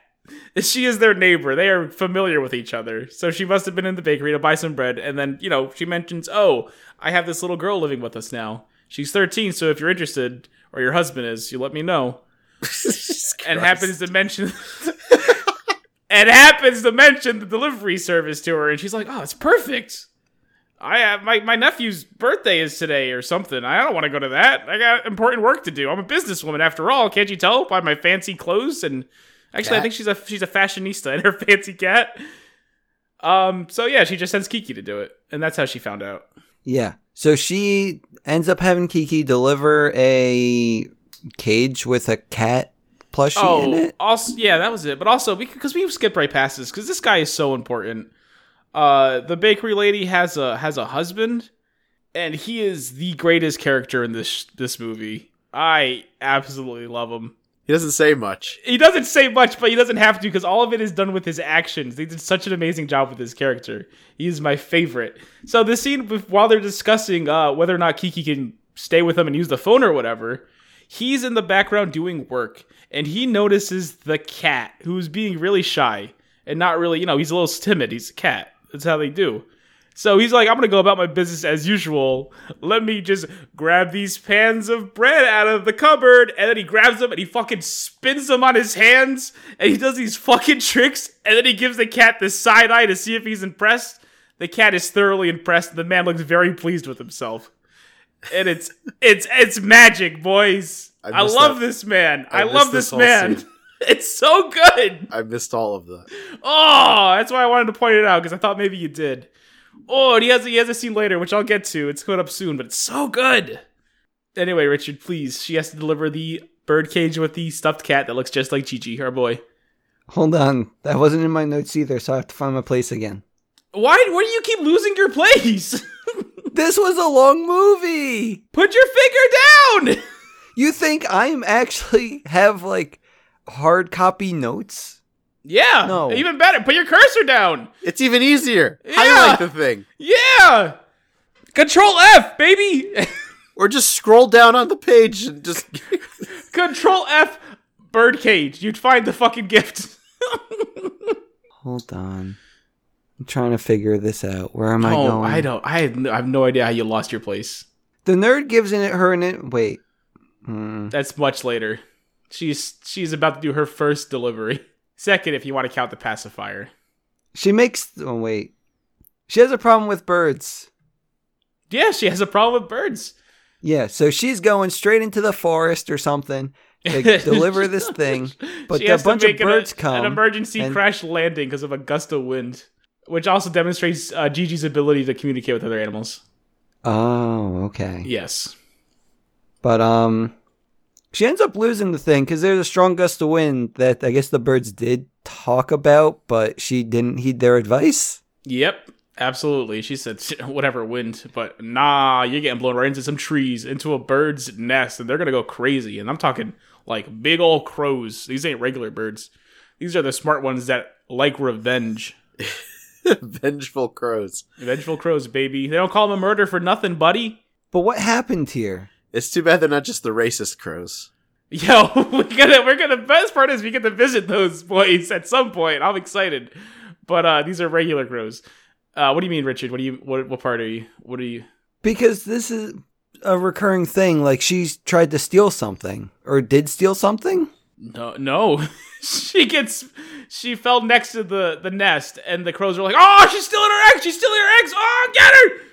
Speaker 4: She is their neighbor. They are familiar with each other. So she must have been in the bakery to buy some bread and then, you know, she mentions, "Oh, I have this little girl living with us now. She's 13, so if you're interested or your husband is, you let me know." and happens to mention and happens to mention the delivery service to her, and she's like, "Oh, it's perfect. I have my my nephew's birthday is today or something. I don't want to go to that. I got important work to do. I'm a businesswoman after all. Can't you tell by my fancy clothes and actually, I
Speaker 2: Cat.
Speaker 4: think she's a she's a fashionista and her fancy cat. Um. So yeah, she just sends Kiki to do it, and that's how she found out.
Speaker 2: Yeah. So she ends up having Kiki deliver a cage with a cat plushie
Speaker 4: Oh,
Speaker 2: in it.
Speaker 4: also yeah, that was it. But also because we skipped right past this because this guy is so important. Uh, the bakery lady has a has a husband, and he is the greatest character in this this movie. I absolutely love him.
Speaker 3: He doesn't say much.
Speaker 4: He doesn't say much, but he doesn't have to because all of it is done with his actions. They did such an amazing job with his character. He is my favorite. So the scene bef- while they're discussing uh, whether or not Kiki can stay with him and use the phone or whatever, he's in the background doing work and he notices the cat who's being really shy and not really, you know, he's a little timid. He's a cat. That's how they do. So he's like, I'm gonna go about my business as usual. Let me just grab these pans of bread out of the cupboard, and then he grabs them and he fucking spins them on his hands, and he does these fucking tricks, and then he gives the cat this side eye to see if he's impressed. The cat is thoroughly impressed. The man looks very pleased with himself, and it's it's it's magic, boys.
Speaker 3: I
Speaker 4: I,
Speaker 3: missed
Speaker 4: love
Speaker 3: that.
Speaker 4: this man. I,
Speaker 3: I
Speaker 4: love
Speaker 3: missed
Speaker 4: this,
Speaker 3: this whole
Speaker 4: man.
Speaker 3: scene.
Speaker 4: It's so good.
Speaker 3: I missed all of that.
Speaker 4: Oh, that's why I wanted to point it out because I thought maybe you did. Oh, and he has he has a scene later, which I'll get to. It's coming up soon, but it's so good. Anyway, Richard, please. She has to deliver the birdcage with the stuffed cat that looks just like Gigi, our boy.
Speaker 2: Hold on. That wasn't in my notes either, so I have to find my place again.
Speaker 4: Why? Why do you keep losing your place?
Speaker 2: This was a long movie.
Speaker 4: Put your finger down.
Speaker 2: You think I'm actually have like hard copy notes?
Speaker 4: yeah.
Speaker 2: No.
Speaker 4: Even better. Put your cursor down.
Speaker 3: It's even easier.
Speaker 4: Yeah.
Speaker 3: Highlight the thing.
Speaker 4: Yeah. Control F, baby.
Speaker 3: Or just scroll down on the page and just
Speaker 4: Control F. Birdcage. You'd find the fucking gift.
Speaker 2: Hold on. I'm trying to figure this out. Where am I
Speaker 4: oh,
Speaker 2: going?
Speaker 4: I don't. I have, no, I have no idea how you lost your place.
Speaker 2: The nerd gives in it her and it. Wait. Hmm.
Speaker 4: That's much later. She's she's about to do her first delivery. Second, if you want to count the pacifier.
Speaker 2: She makes. Oh wait. She has a problem with birds.
Speaker 4: Yeah, she has a problem with birds.
Speaker 2: Yeah, so she's going straight into the forest or something to deliver this thing. But
Speaker 4: She
Speaker 2: a
Speaker 4: has to
Speaker 2: bunch of
Speaker 4: make an-
Speaker 2: birds
Speaker 4: an,
Speaker 2: come.
Speaker 4: emergency
Speaker 2: and-
Speaker 4: crash landing because of a gust of wind, which also demonstrates uh, Gigi's ability to communicate with other animals.
Speaker 2: oh, okay.
Speaker 4: Yes.
Speaker 2: But um, she ends up losing the thing because there's a strong gust of wind that I guess the birds did t- talk about, but she didn't heed their advice.
Speaker 4: Yep, absolutely. She said, "Sh- whatever, wind. But nah, you're getting blown right into some trees, into a bird's nest, and they're going to go crazy. And I'm talking like big old crows. These ain't regular birds. These are the smart ones that like revenge.
Speaker 3: Vengeful crows.
Speaker 4: Vengeful crows, baby. They don't call them a murder for nothing, buddy.
Speaker 2: But what happened here?
Speaker 3: It's too bad they're not just the racist crows.
Speaker 4: Yo, we gotta, we're gonna. Best part is we get to visit those boys at some point. I'm excited, but uh, these are regular crows. Uh, what do you mean, Richard? What do you? What, what part are you? What are you?
Speaker 2: Because this is a recurring thing. Like she tried to steal something or did steal something.
Speaker 4: No, no. she gets. She fell next to the the nest, and the crows are like, "Oh, she's stealing her eggs! She's stealing her eggs! Oh, get her!"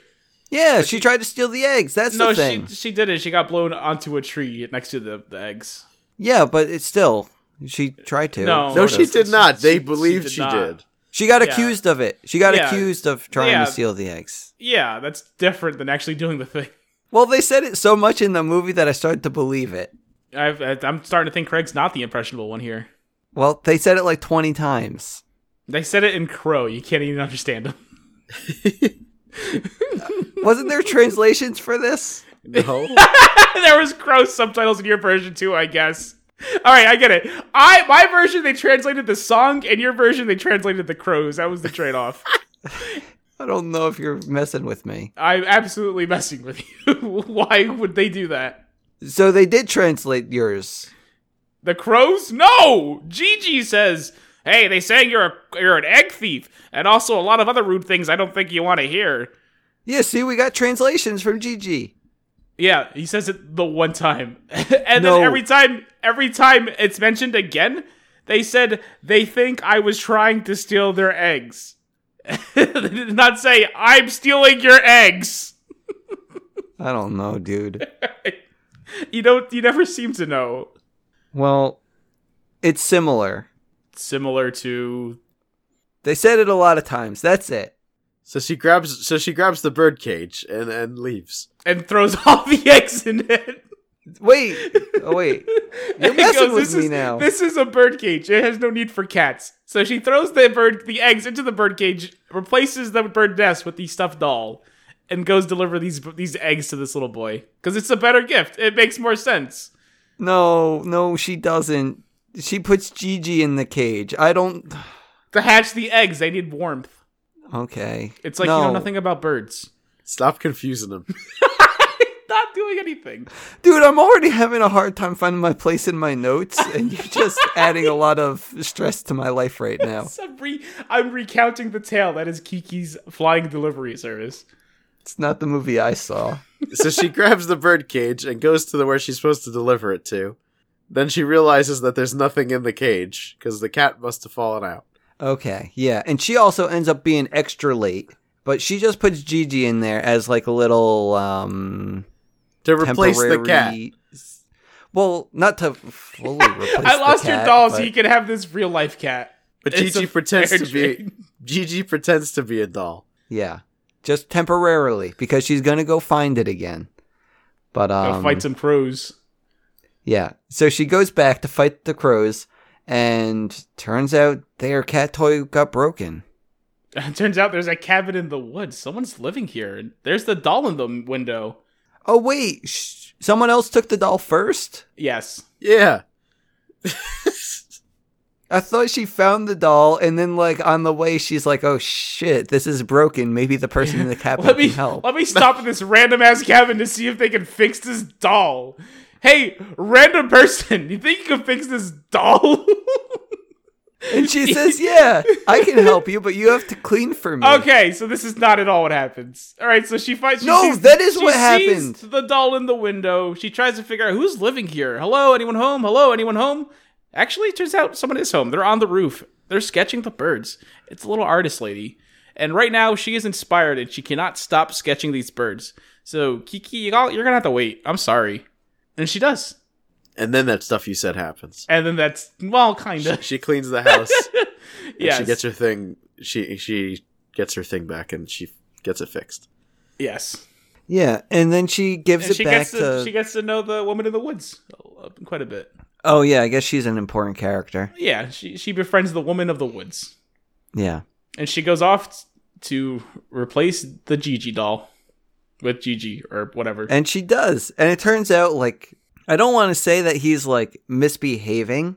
Speaker 2: Yeah, she tried to steal the eggs. That's
Speaker 4: no,
Speaker 2: the thing.
Speaker 4: she she did it. She got blown onto a tree next to the, the eggs.
Speaker 2: Yeah, but it's still she tried to.
Speaker 4: Oh, No.
Speaker 3: No,
Speaker 4: Sort
Speaker 3: she
Speaker 4: of.
Speaker 3: did not. They
Speaker 4: She- she
Speaker 3: believed
Speaker 4: did
Speaker 3: she
Speaker 4: not.
Speaker 3: did.
Speaker 2: She got
Speaker 4: Yeah.
Speaker 2: accused of it. She got
Speaker 4: Yeah.
Speaker 2: accused of trying
Speaker 4: Yeah.
Speaker 2: to steal the eggs.
Speaker 4: Yeah, that's different than actually doing the thing.
Speaker 2: Well, they said it so much in the movie that I started to believe it.
Speaker 4: I've, I'm starting to think Craig's not the impressionable one here.
Speaker 2: Well, they said it like 20 times.
Speaker 4: They said it in crow. You can't even understand them.
Speaker 2: Wasn't there translations for this?
Speaker 3: No.
Speaker 4: there was crow subtitles in your version too, I guess. All right, I get it. I my version they translated the song, and your version they translated the crows. That was the trade off.
Speaker 2: I don't know if you're messing with me.
Speaker 4: I'm absolutely messing with you. Why would they do that?
Speaker 2: So they did translate yours.
Speaker 4: The crows? No. Gigi says, "Hey, they saying you're a, you're an egg thief, and also a lot of other rude things. I don't think you want to hear."
Speaker 2: Yeah, see, we got translations from Gigi.
Speaker 4: Yeah, he says it the one time. and
Speaker 2: No.
Speaker 4: then every time every time it's mentioned again, they said they think I was trying to steal their eggs. they did not say I'm stealing your eggs.
Speaker 2: I don't know, dude.
Speaker 4: You don't you never seem to know.
Speaker 2: Well, it's similar.
Speaker 4: Similar to
Speaker 2: They said it a lot of times. That's it.
Speaker 3: so she grabs so she grabs the bird cage and, and leaves.
Speaker 4: and throws all the eggs in it.
Speaker 2: Wait. Oh, wait. You're
Speaker 4: And
Speaker 2: messing with
Speaker 4: this
Speaker 2: me
Speaker 4: is,
Speaker 2: now.
Speaker 4: This is a bird cage. It has no need for cats. So she throws the bird, the eggs into the bird cage, replaces the bird nest with the stuffed doll, and goes deliver these these eggs to this little boy because it's a better gift. It makes more sense.
Speaker 2: No, no, she doesn't. She puts Gigi in the cage. I don't.
Speaker 4: To hatch the eggs, they need warmth.
Speaker 2: Okay.
Speaker 4: It's like you know
Speaker 2: No.
Speaker 4: nothing about birds.
Speaker 3: Stop confusing them.
Speaker 4: Not doing anything.
Speaker 2: Dude, I'm already having a hard time finding my place in my notes, and you're just adding a lot of stress to my life right now.
Speaker 4: So I'm, re- I'm recounting the tale that is Kiki's flying delivery service.
Speaker 2: It's not the movie I saw.
Speaker 3: so she grabs the bird cage and goes to the where she's supposed to deliver it to. Then she realizes that there's nothing in the cage because the cat must have fallen out.
Speaker 2: Okay, yeah. And she also ends up being extra late, but she just puts Gigi in there as like a little um
Speaker 3: To replace
Speaker 2: temporary...
Speaker 3: the cat.
Speaker 2: Well, not to fully replace
Speaker 4: I lost
Speaker 2: the
Speaker 4: your
Speaker 2: cat,
Speaker 4: doll, so
Speaker 2: but-
Speaker 4: you can have this real life cat.
Speaker 3: But
Speaker 4: It's
Speaker 3: Gigi
Speaker 4: a
Speaker 3: pretends
Speaker 4: fair
Speaker 3: to be
Speaker 4: trade.
Speaker 3: Gigi pretends to be a doll.
Speaker 2: Yeah. Just temporarily because she's going to go find it again. But
Speaker 4: Go
Speaker 2: um
Speaker 4: fight some crows.
Speaker 2: yeah. So she goes back to fight the crows and turns out their cat toy got broken.
Speaker 4: It turns out there's a cabin in the woods. Someone's living here. and There's the doll in the window.
Speaker 2: Oh wait, sh- someone else took the doll first?
Speaker 4: Yes.
Speaker 3: Yeah.
Speaker 2: I thought she found the doll and then like on the way she's like, "Oh shit, this is broken. Maybe the person in the cabin
Speaker 4: Let me
Speaker 2: can help."
Speaker 4: let me stop at this random ass cabin to see if they can fix this doll. Hey, random person, you think you can fix this doll?
Speaker 2: And she says, "Yeah, I can help you, but you have to clean for me."
Speaker 4: okay, so this is not at all what happens. All right, so she finds. She
Speaker 2: No,
Speaker 4: sees-
Speaker 2: that is
Speaker 4: she
Speaker 2: what
Speaker 4: sees
Speaker 2: happened.
Speaker 4: The doll in the window. She tries to figure out who's living here. Hello, anyone home? Hello, anyone home? Actually, it turns out someone is home. They're on the roof. They're sketching the birds. It's a little artist lady, and right now she is inspired and she cannot stop sketching these birds. So Kiki, you all, you're gonna have to wait. I'm sorry, and she does.
Speaker 3: And then that stuff you said happens.
Speaker 4: And then that's well, kind of.
Speaker 3: She cleans the house.
Speaker 4: Yes.
Speaker 3: She gets her thing. She she gets her thing back and she gets it fixed.
Speaker 4: yes.
Speaker 2: Yeah, and then she gives
Speaker 4: And
Speaker 2: it
Speaker 4: she
Speaker 2: back
Speaker 4: gets to, she gets to know the woman in the woods uh, quite a bit.
Speaker 2: Oh yeah, I guess she's an important character.
Speaker 4: Yeah, she she befriends the woman of the woods,
Speaker 2: Yeah.
Speaker 4: and she goes off t- to replace the Gigi doll with Gigi or whatever.
Speaker 2: And she does. And it turns out like I don't want to say that he's like misbehaving,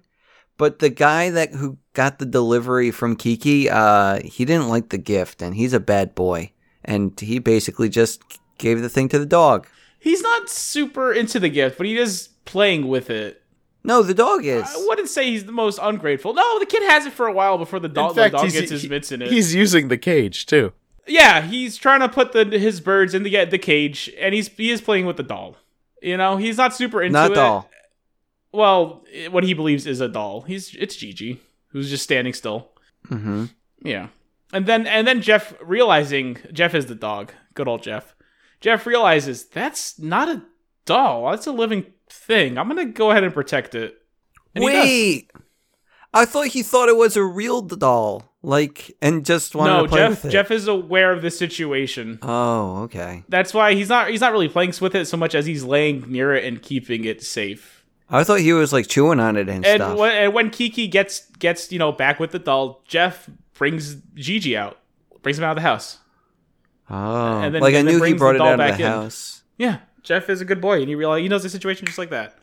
Speaker 2: but the guy that who got the delivery from Kiki, uh he didn't like the gift and he's a bad boy and he basically just gave the thing to the dog.
Speaker 4: He's not super into the gift, but he is playing with it.
Speaker 2: No, the dog is.
Speaker 4: I wouldn't say he's the most ungrateful. No, the kid has it for a while before the dog, the dog gets his
Speaker 3: he-
Speaker 4: mitts in it.
Speaker 3: he's using the cage too.
Speaker 4: yeah, he's trying to put the his birds in the the cage, and he's he is playing with the doll. You know, he's not super into
Speaker 2: Not
Speaker 4: it.
Speaker 2: doll.
Speaker 4: Well, it- what he believes is a doll. He's it's Gigi who's just standing still.
Speaker 2: hmm
Speaker 4: Yeah, and then and then Jeff realizing Jeff is the dog. Good old Jeff. Jeff realizes that's not a doll. That's a living thing. I'm gonna go ahead and protect it. And he does.
Speaker 2: Wait. I thought he thought it was a real doll. Like and just wanted
Speaker 4: No,
Speaker 2: to play
Speaker 4: Jeff.
Speaker 2: with it.
Speaker 4: Jeff is aware of the situation.
Speaker 2: Oh, okay.
Speaker 4: That's why he's not he's not really playing with it so much as he's laying near it and keeping it safe.
Speaker 2: I thought he was like chewing on it and,
Speaker 4: And,
Speaker 2: stuff.
Speaker 4: when, and when Kiki gets gets you know back with the doll, Jeff brings Gigi out, brings him out of the house.
Speaker 2: oh,
Speaker 4: and then-
Speaker 2: like I
Speaker 4: and then
Speaker 2: knew he
Speaker 4: brings
Speaker 2: brought
Speaker 4: the
Speaker 2: it
Speaker 4: doll
Speaker 2: out of
Speaker 4: back
Speaker 2: the
Speaker 4: in.
Speaker 2: house.
Speaker 4: Yeah, Jeff is a good boy, and he realize he knows the situation just like that.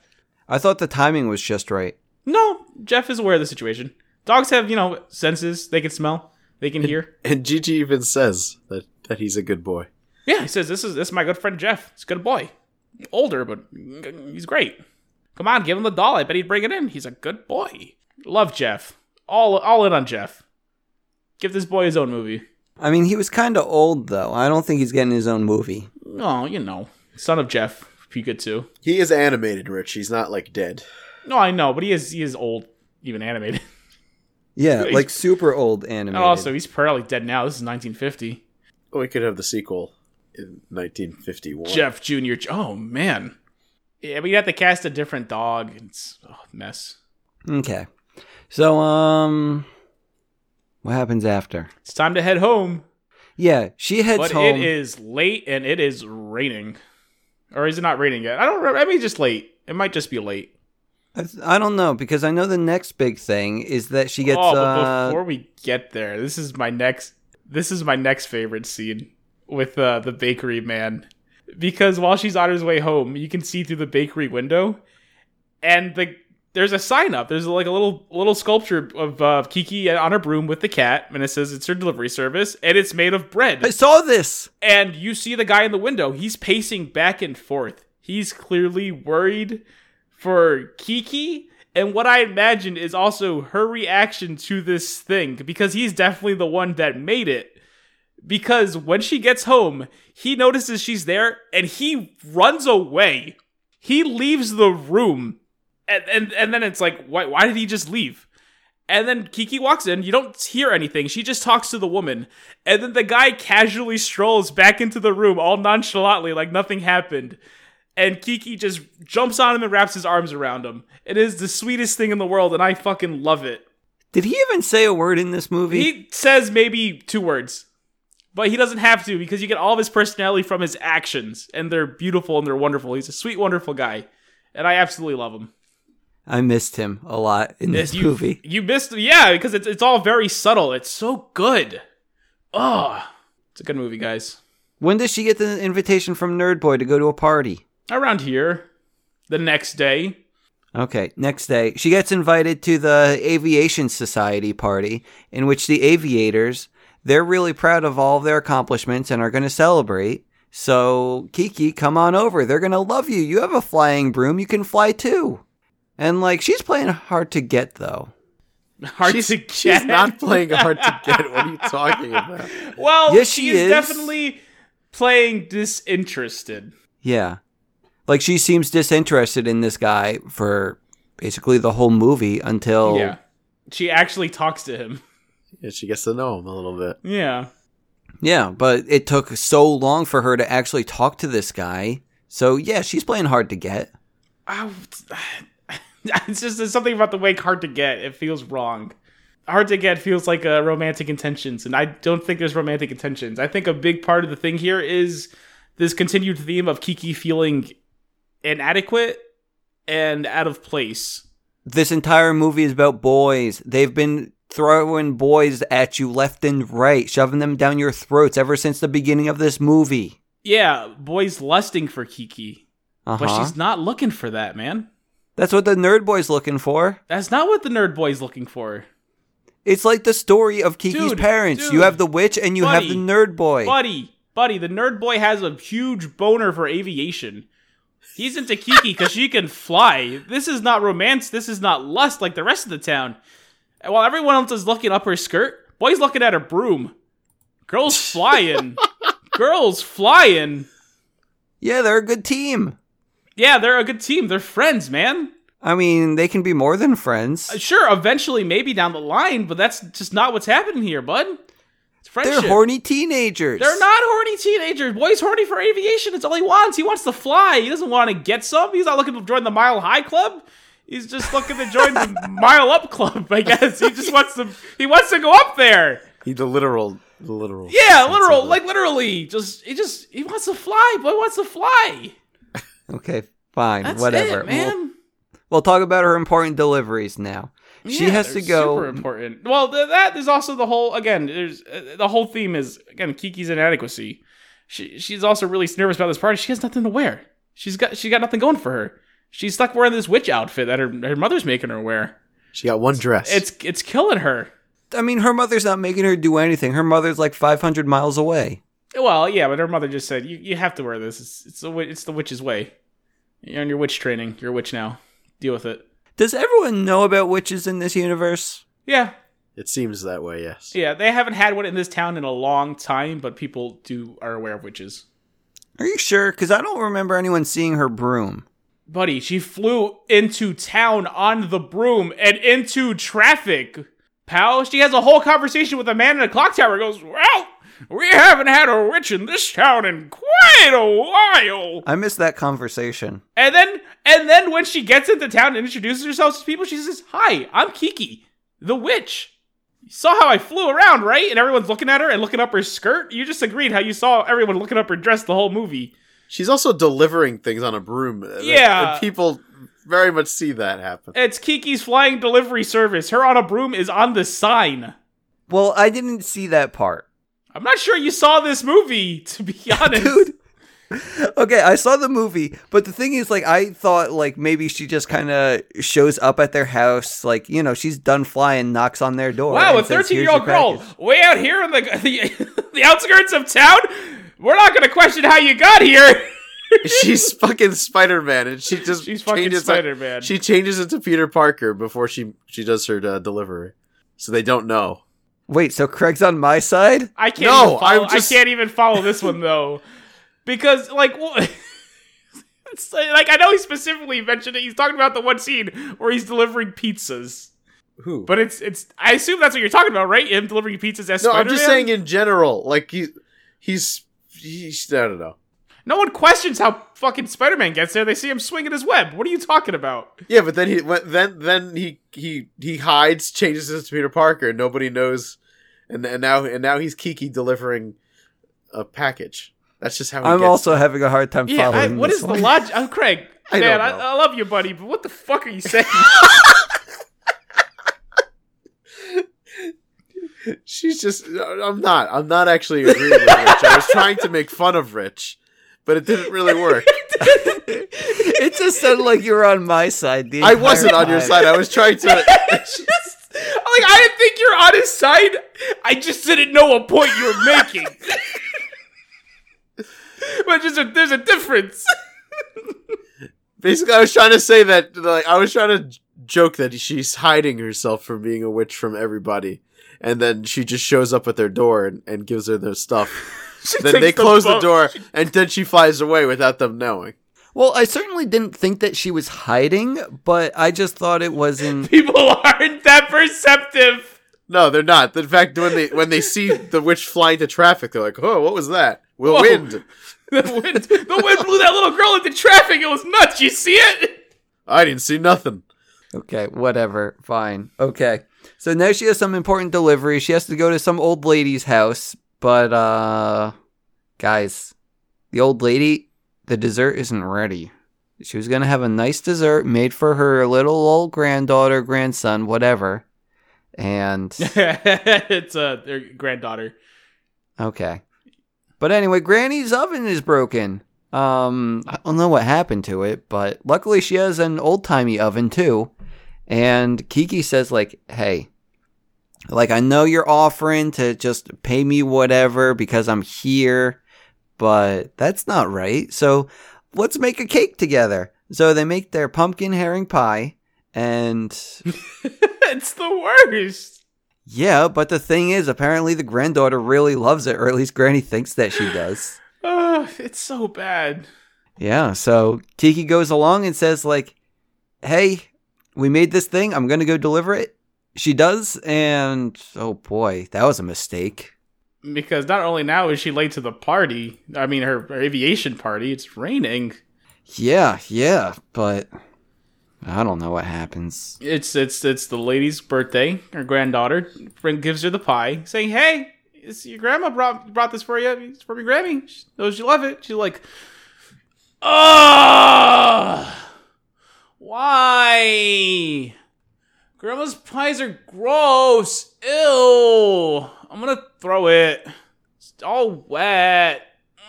Speaker 2: I thought the timing was just right.
Speaker 4: No, Jeff is aware of the situation. Dogs have you know senses; they can smell, they can hear.
Speaker 3: And Gigi even says that that he's a good boy.
Speaker 4: Yeah, he says, "This is this is my good friend Jeff. He's a good boy, older, but he's great. Come on, give him the doll. I bet he'd bring it in. He's a good boy. Love Jeff. All all in on Jeff. Give this boy his own movie.
Speaker 2: I mean, he was kind of old though. I don't think he's getting his own movie.
Speaker 4: Oh, you know, son of Jeff. Be good too.
Speaker 3: He is animated, Rich. He's not like dead.
Speaker 4: No, I know, but he is he is old, even animated.
Speaker 2: Yeah,
Speaker 4: He's-
Speaker 2: like super old animated.
Speaker 4: And also, he's probably dead now. This is 1950.
Speaker 3: We Oh, could have the sequel in 1951.
Speaker 4: Jeff Junior. Oh man. Yeah, we have to cast a different dog. It's oh, mess.
Speaker 2: okay. So, um, what happens after?
Speaker 4: It's time to head home.
Speaker 2: Yeah, she heads
Speaker 4: but
Speaker 2: home.
Speaker 4: it is late and it is raining. Or is it not raining yet? I don't remember. I mean, just late. It might just be late.
Speaker 2: I, I don't know because I know the next big thing is that she gets.
Speaker 4: oh, but
Speaker 2: uh,
Speaker 4: before we get there, this is my next. This is my next favorite scene with uh, the bakery man, because while she's on her way home, you can see through the bakery window, and the there's a sign up. There's like a little little sculpture of uh, Kiki on her broom with the cat, and it says it's her delivery service, and it's made of bread.
Speaker 2: I saw this.
Speaker 4: and you see the guy in the window. He's pacing back and forth. He's clearly worried for Kiki. And what I imagine is also her reaction to this thing because he's definitely the one that made it. Because when she gets home, he notices she's there and he runs away. He leaves the room. And, and, and then it's like, why, why did he just leave? And then Kiki walks in. You don't hear anything. She just talks to the woman. And then the guy casually strolls back into the room all nonchalantly, like nothing happened. And Kiki just jumps on him and wraps his arms around him. It is the sweetest thing in the world, and I fucking love it.
Speaker 2: Did he even say a word in this movie?
Speaker 4: He says maybe two words, but he doesn't have to because you get all of his personality from his actions, and they're beautiful and they're wonderful. He's a sweet, wonderful guy, and I absolutely love him.
Speaker 2: I missed him a lot in this
Speaker 4: you,
Speaker 2: movie.
Speaker 4: You missed, yeah, because it's it's all very subtle. It's so good. Oh, it's a good movie, guys.
Speaker 2: When does she get the invitation from Nerd Boy to go to a party?
Speaker 4: Around here, the next day,
Speaker 2: Okay, next day, she gets invited to the Aviation Society party, in which the aviators, they're really proud of all of their accomplishments and are going to celebrate. So, Kiki, come on over. They're going to love you. You have a flying broom. You can fly too. And, like, she's playing hard to get, though.
Speaker 4: hard
Speaker 3: She's,
Speaker 4: to get.
Speaker 3: she's not playing hard to get. What are you talking about?
Speaker 4: well,
Speaker 2: Yes, she
Speaker 4: she's
Speaker 2: is.
Speaker 4: definitely playing disinterested.
Speaker 2: Yeah. Like, she seems disinterested in this guy for basically the whole movie until.
Speaker 4: Yeah, she actually talks to him.
Speaker 3: Yeah, she gets to know him a little bit.
Speaker 4: Yeah.
Speaker 2: Yeah, but it took so long for her to actually talk to this guy. So, yeah, she's playing hard to get.
Speaker 4: I, Oh, it's just there's something about the way hard to get. It feels wrong. Hard to get feels like uh, romantic intentions, and I don't think there's romantic intentions. I think a big part of the thing here is this continued theme of Kiki feeling inadequate and out of place
Speaker 2: This entire movie is about boys. They've been throwing boys at you left and right, shoving them down your throats ever since the beginning of this movie.
Speaker 4: Yeah, boys lusting for Kiki,
Speaker 2: Uh-huh.
Speaker 4: but she's not looking for that, man.
Speaker 2: That's what the nerd boy's looking for.
Speaker 4: That's not what the nerd boy's looking for.
Speaker 2: It's like the story of Kiki's
Speaker 4: Dude,
Speaker 2: parents. you
Speaker 4: dude,
Speaker 2: have the witch and you have the
Speaker 4: buddy,
Speaker 2: nerd boy.
Speaker 4: Buddy, buddy, the nerd boy has a huge boner for aviation. He's into Kiki because she can fly. This is not romance. This is not lust like the rest of the town. And while everyone else is looking up her skirt, boy's looking at her broom. Girls flying. Girls flying.
Speaker 2: Yeah, they're a good team.
Speaker 4: Yeah, they're a good team. They're friends, man. Uh,
Speaker 2: I mean, they can be more than friends.
Speaker 4: Sure, eventually, maybe down the line, but that's just not what's happening here, bud. It's friendship.
Speaker 2: They're horny teenagers.
Speaker 4: They're not horny teenagers. Boy's horny for aviation. It's all he wants. He wants to fly. He doesn't want to get some. He's not looking to join the Mile High Club. He's just looking to join the Mile Up Club. I guess he just wants to. He wants to go up there.
Speaker 3: He the literal, the literal.
Speaker 4: Yeah,
Speaker 3: sense
Speaker 4: literal,
Speaker 3: of it.
Speaker 4: like literally. Just he just he wants to fly. Boy wants to fly.
Speaker 2: Okay, fine,
Speaker 4: That's
Speaker 2: whatever.
Speaker 4: it,
Speaker 2: We'll,
Speaker 4: man.
Speaker 2: we'll talk about her important deliveries now. she
Speaker 4: Yeah,
Speaker 2: has to
Speaker 4: they're Super
Speaker 2: go.
Speaker 4: important. Well, th- that is also the whole. Again, there's uh, the whole theme is again Kiki's inadequacy. She she's also really nervous about this party. She has nothing to wear. She's got she got nothing going for her. She's stuck wearing this witch outfit that her her mother's making her wear.
Speaker 3: She got one dress.
Speaker 4: It's it's killing her.
Speaker 2: I mean, her mother's not making her do anything. Her mother's like 500 miles away.
Speaker 4: Well, yeah, but her mother just said you, you have to wear this. It's it's the wi- it's the witch's way. You're on your witch training. You're a witch now. Deal with it.
Speaker 2: Does everyone know about witches in this universe?
Speaker 4: Yeah,
Speaker 3: it seems that way. Yes.
Speaker 4: yeah. They haven't had one in this town in a long time, but people do are aware of witches.
Speaker 2: Are you sure? Because I don't remember anyone seeing her broom.
Speaker 4: Buddy, she flew into town on the broom and into traffic. Pal, she has a whole conversation with a man in a clock tower. Goes, well, we haven't had a witch in this town in quite a while.
Speaker 2: I missed that conversation.
Speaker 4: And then, and then when she gets into town and introduces herself to people, she says, "Hi, I'm Kiki, the witch." You saw how I flew around, right? And everyone's looking at her and looking up her skirt. You just agreed how you saw everyone looking up her dress the whole movie.
Speaker 3: She's also delivering things on a broom. uh,
Speaker 4: Yeah.
Speaker 3: and people very much see that happen.
Speaker 4: It's Kiki's flying delivery service. Her on a broom is on the sign.
Speaker 2: Well, I didn't see that part.
Speaker 4: I'm not sure you saw this movie, to be honest.
Speaker 2: Dude. Okay, I saw the movie, but the thing is, like, I thought, like, maybe she just kind of shows up at their house, like, you know, she's done flying, knocks on their door.
Speaker 4: wow,
Speaker 2: and
Speaker 4: a
Speaker 2: says,
Speaker 4: 13 year
Speaker 2: "Here's
Speaker 4: old
Speaker 2: your
Speaker 4: girl
Speaker 2: package."
Speaker 4: way out here in the, the the outskirts of town. We're not going to question how you got here.
Speaker 3: She's fucking Spider Man, and she just
Speaker 4: She's fucking
Speaker 3: changes-
Speaker 4: Spider-Man.
Speaker 3: She changes into Peter Parker before she she does her uh, delivery, so they don't know.
Speaker 2: Wait, so Craig's on my side?
Speaker 4: I can't.
Speaker 3: No,
Speaker 4: even follow,
Speaker 3: I'm just-
Speaker 4: I can't even follow this one though, because like, wha- it's like like, I know he specifically mentioned it. He's talking about the one scene where he's delivering pizzas,
Speaker 3: Who? But
Speaker 4: but it's it's. I assume that's what you're talking about, right? Him delivering pizzas as
Speaker 3: no,
Speaker 4: Spider-Man.
Speaker 3: I'm just saying in general. Like he, he's he's I don't know.
Speaker 4: No one questions how fucking Spider-Man gets there. They see him swinging his web. What are you talking about?
Speaker 3: Yeah, but then he when- then then he he he hides, changes into Peter Parker, and nobody knows. And, and now and now he's Kiki delivering a package. That's just how he
Speaker 2: I'm
Speaker 3: gets
Speaker 2: also having a hard time
Speaker 4: Yeah, I,
Speaker 2: following.
Speaker 4: what
Speaker 2: this
Speaker 4: is the
Speaker 2: one.
Speaker 4: logic? I'm Craig.
Speaker 3: I
Speaker 4: man,
Speaker 3: don't
Speaker 4: I,
Speaker 3: know.
Speaker 4: I love you, buddy, but what the fuck are you saying?
Speaker 3: She's just. I'm not. I'm not actually agreeing with Rich. I was trying to make fun of Rich, but it didn't really work.
Speaker 2: it just sounded like you were on my side. The
Speaker 3: I
Speaker 2: entire
Speaker 3: wasn't on your
Speaker 2: time.
Speaker 3: side. I was trying to.
Speaker 4: It's just- like I didn't think you're on his side. I just didn't know a point you were making. but just a, there's a difference.
Speaker 3: Basically, I was trying to say that. Like, I was trying to j- joke that she's hiding herself from being a witch from everybody, and then she just shows up at their door and, and gives her their stuff.
Speaker 4: She
Speaker 3: then
Speaker 4: takes
Speaker 3: they close the
Speaker 4: boat.
Speaker 3: door, and then she flies away without them knowing.
Speaker 2: Well, I certainly didn't think that she was hiding, but I just thought it wasn't.
Speaker 4: People aren't that perceptive.
Speaker 3: No, they're not. In fact, when they when they see the witch fly into traffic, they're like, "Oh, what was that? Well,
Speaker 4: Whoa.
Speaker 3: wind."
Speaker 4: The wind, the wind blew that little girl into traffic. It was nuts. You see it?
Speaker 3: I didn't see nothing.
Speaker 2: Okay, whatever. Fine. Okay. So now she has some important delivery. She has to go to some old lady's house, but uh guys, the old lady, the dessert isn't ready. She was gonna have a nice dessert made for her little old granddaughter, grandson, whatever. And
Speaker 4: it's uh, their granddaughter.
Speaker 2: okay, but anyway, Granny's oven is broken. Um, I don't know what happened to it, but luckily she has an old timey oven too. And Kiki says like, "Hey, like I know you're offering to just pay me whatever because I'm here, but that's not right. So let's make a cake together." So they make their pumpkin herring pie and
Speaker 4: it's the worst.
Speaker 2: yeah, but the thing is apparently the granddaughter really loves it or at least Granny thinks that she does.
Speaker 4: Oh, it's so bad.
Speaker 2: Yeah, so Tiki goes along and says like, "Hey, we made this thing. I'm going to go deliver it." She does and oh boy, that was a mistake.
Speaker 4: Because not only now is she late to the party, I mean her, her aviation party. It's raining.
Speaker 2: Yeah, yeah, but I don't know what happens.
Speaker 4: It's it's it's the lady's birthday. Her granddaughter bring, gives her the pie, saying, "Hey, it's your grandma brought brought this for you. It's from your Grammy. She knows you love it." She's like, "Ugh, why? Grandma's pies are gross. Ew. I'm gonna throw it. It's all wet.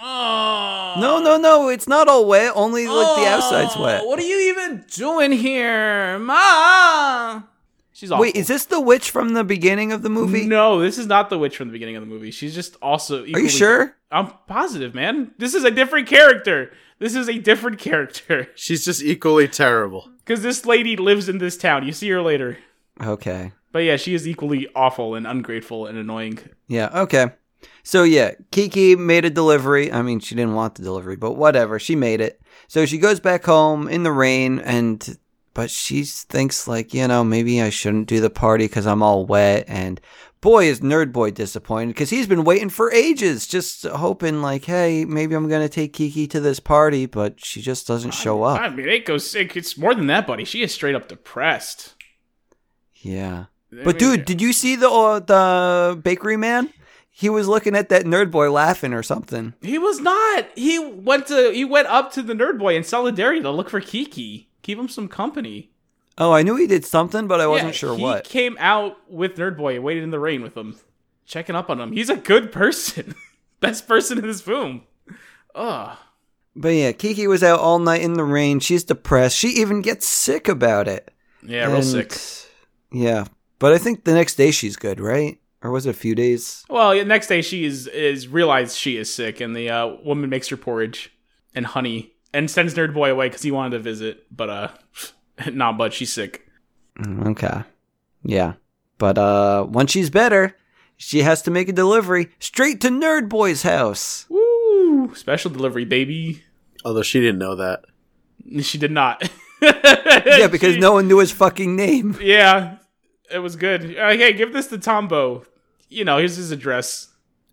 Speaker 4: Ugh.
Speaker 2: No, no, no, it's not all wet, only like the outside's
Speaker 4: Oh,
Speaker 2: wet.
Speaker 4: What are you even doing here, Ma? She's awful.
Speaker 2: Wait, is this the witch from the beginning of the movie?
Speaker 4: No, this is not the witch from the beginning of the movie. She's just also.
Speaker 2: Are
Speaker 4: equally-
Speaker 2: you sure?
Speaker 4: I'm positive, man. This is a different character. This is a different character
Speaker 3: She's just equally terrible.
Speaker 4: because this lady lives in this town. You see her later.
Speaker 2: Okay.
Speaker 4: But yeah, she is equally awful and ungrateful and annoying.
Speaker 2: Yeah, okay. So yeah, Kiki made a delivery. I mean, she didn't want the delivery, but whatever. She made it. So she goes back home in the rain and but she thinks like, you know, maybe I shouldn't do the party cuz I'm all wet and boy is nerd boy disappointed cuz he's been waiting for ages just hoping like, hey, maybe I'm going to take Kiki to this party, but she just doesn't show up.
Speaker 4: I mean, it goes sick. It's more than that, buddy. She is straight up depressed.
Speaker 2: Yeah.
Speaker 4: I
Speaker 2: But
Speaker 4: mean,
Speaker 2: dude, did you see the uh, the bakery man? He was looking at that nerd boy laughing or something.
Speaker 4: He was not. He went to he went up to the nerd boy in solidarity to look for Kiki. Keep him some company.
Speaker 2: Oh, I knew he did something, but I wasn't
Speaker 4: Yeah,
Speaker 2: sure
Speaker 4: he
Speaker 2: what.
Speaker 4: came out with nerd boy and waited in the rain with him, checking up on him. He's a good person. Best person in this room. Ugh.
Speaker 2: But yeah, Kiki was out all night in the rain. She's depressed. She even gets sick about it.
Speaker 4: Yeah, real
Speaker 2: And-
Speaker 4: sick.
Speaker 2: Yeah, but I think the next day she's good, right? Or was it a few days?
Speaker 4: Well, the next day she is is realized she is sick, and the uh, woman makes her porridge and honey and sends nerd boy away because he wanted to visit, but uh, nah, bud, she's sick.
Speaker 2: Mm, Okay. Yeah. But uh once she's better, she has to make a delivery straight to Nerd Boy's house.
Speaker 4: Woo! Special delivery, baby.
Speaker 3: Although she didn't know that.
Speaker 4: She did not.
Speaker 2: Yeah, because
Speaker 4: She-
Speaker 2: no one knew his fucking name.
Speaker 4: Yeah, it was good. Uh, hey, give this to Tombo. You know, here's his address.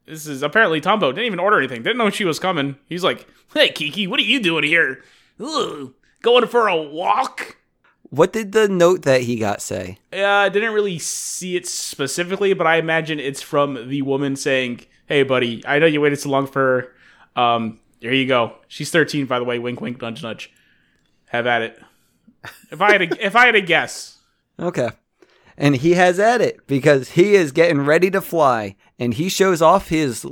Speaker 4: This is apparently Tombo didn't even order anything. Didn't know she was coming. He's like, "Hey, Kiki, what are you doing here? Ooh, going for a walk?"
Speaker 2: What did the note that he got say?
Speaker 4: Yeah, I didn't really see it specifically, but I imagine it's from the woman saying, "Hey, buddy, I know you waited so long for her. Um, here you go. She's 13, by the way. Wink, wink, nudge, nudge. Have at it. If I had a, if I had a guess,
Speaker 2: Okay. And he has at it because he is getting ready to fly and he shows off his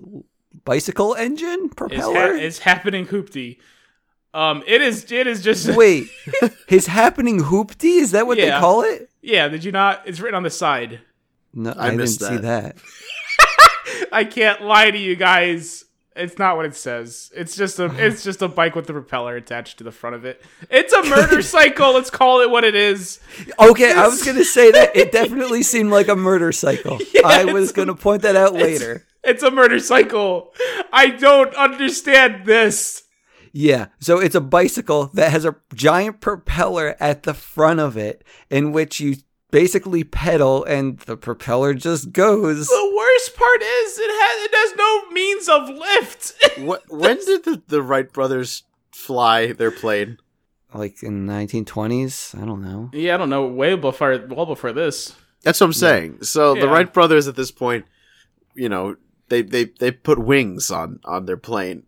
Speaker 2: bicycle engine
Speaker 4: It's,
Speaker 2: propeller.
Speaker 4: ha- it's happening, Hoopty. Um, it is. It is just.
Speaker 2: Wait, his happening hoopty? Is that what
Speaker 4: Yeah.
Speaker 2: they call it?
Speaker 4: Yeah, did you not? It's written on the side.
Speaker 2: No,
Speaker 3: I
Speaker 2: I, didn't
Speaker 3: missed
Speaker 2: see that.
Speaker 4: I can't lie to you guys. It's not what it says. It's just a. It's just a bike with the propeller attached to the front of it. It's a murder cycle. Let's call it what it is.
Speaker 2: Okay, I was gonna say that it definitely seemed like a murder cycle. I was gonna point that out later.
Speaker 4: It's a murder cycle. I don't understand this.
Speaker 2: Yeah, so it's a bicycle that has a giant propeller at the front of it, in which you basically pedal, and the propeller just goes.
Speaker 4: The worst part is it has it has no means of lift.
Speaker 3: What, when did the, the Wright brothers fly their plane?
Speaker 2: Like in the 1920s, I don't know.
Speaker 4: yeah, I don't know. Way before well before this.
Speaker 3: That's what I'm saying. So the
Speaker 4: Yeah.
Speaker 3: Wright brothers at this point, you know, they, they, they put wings on, on their plane.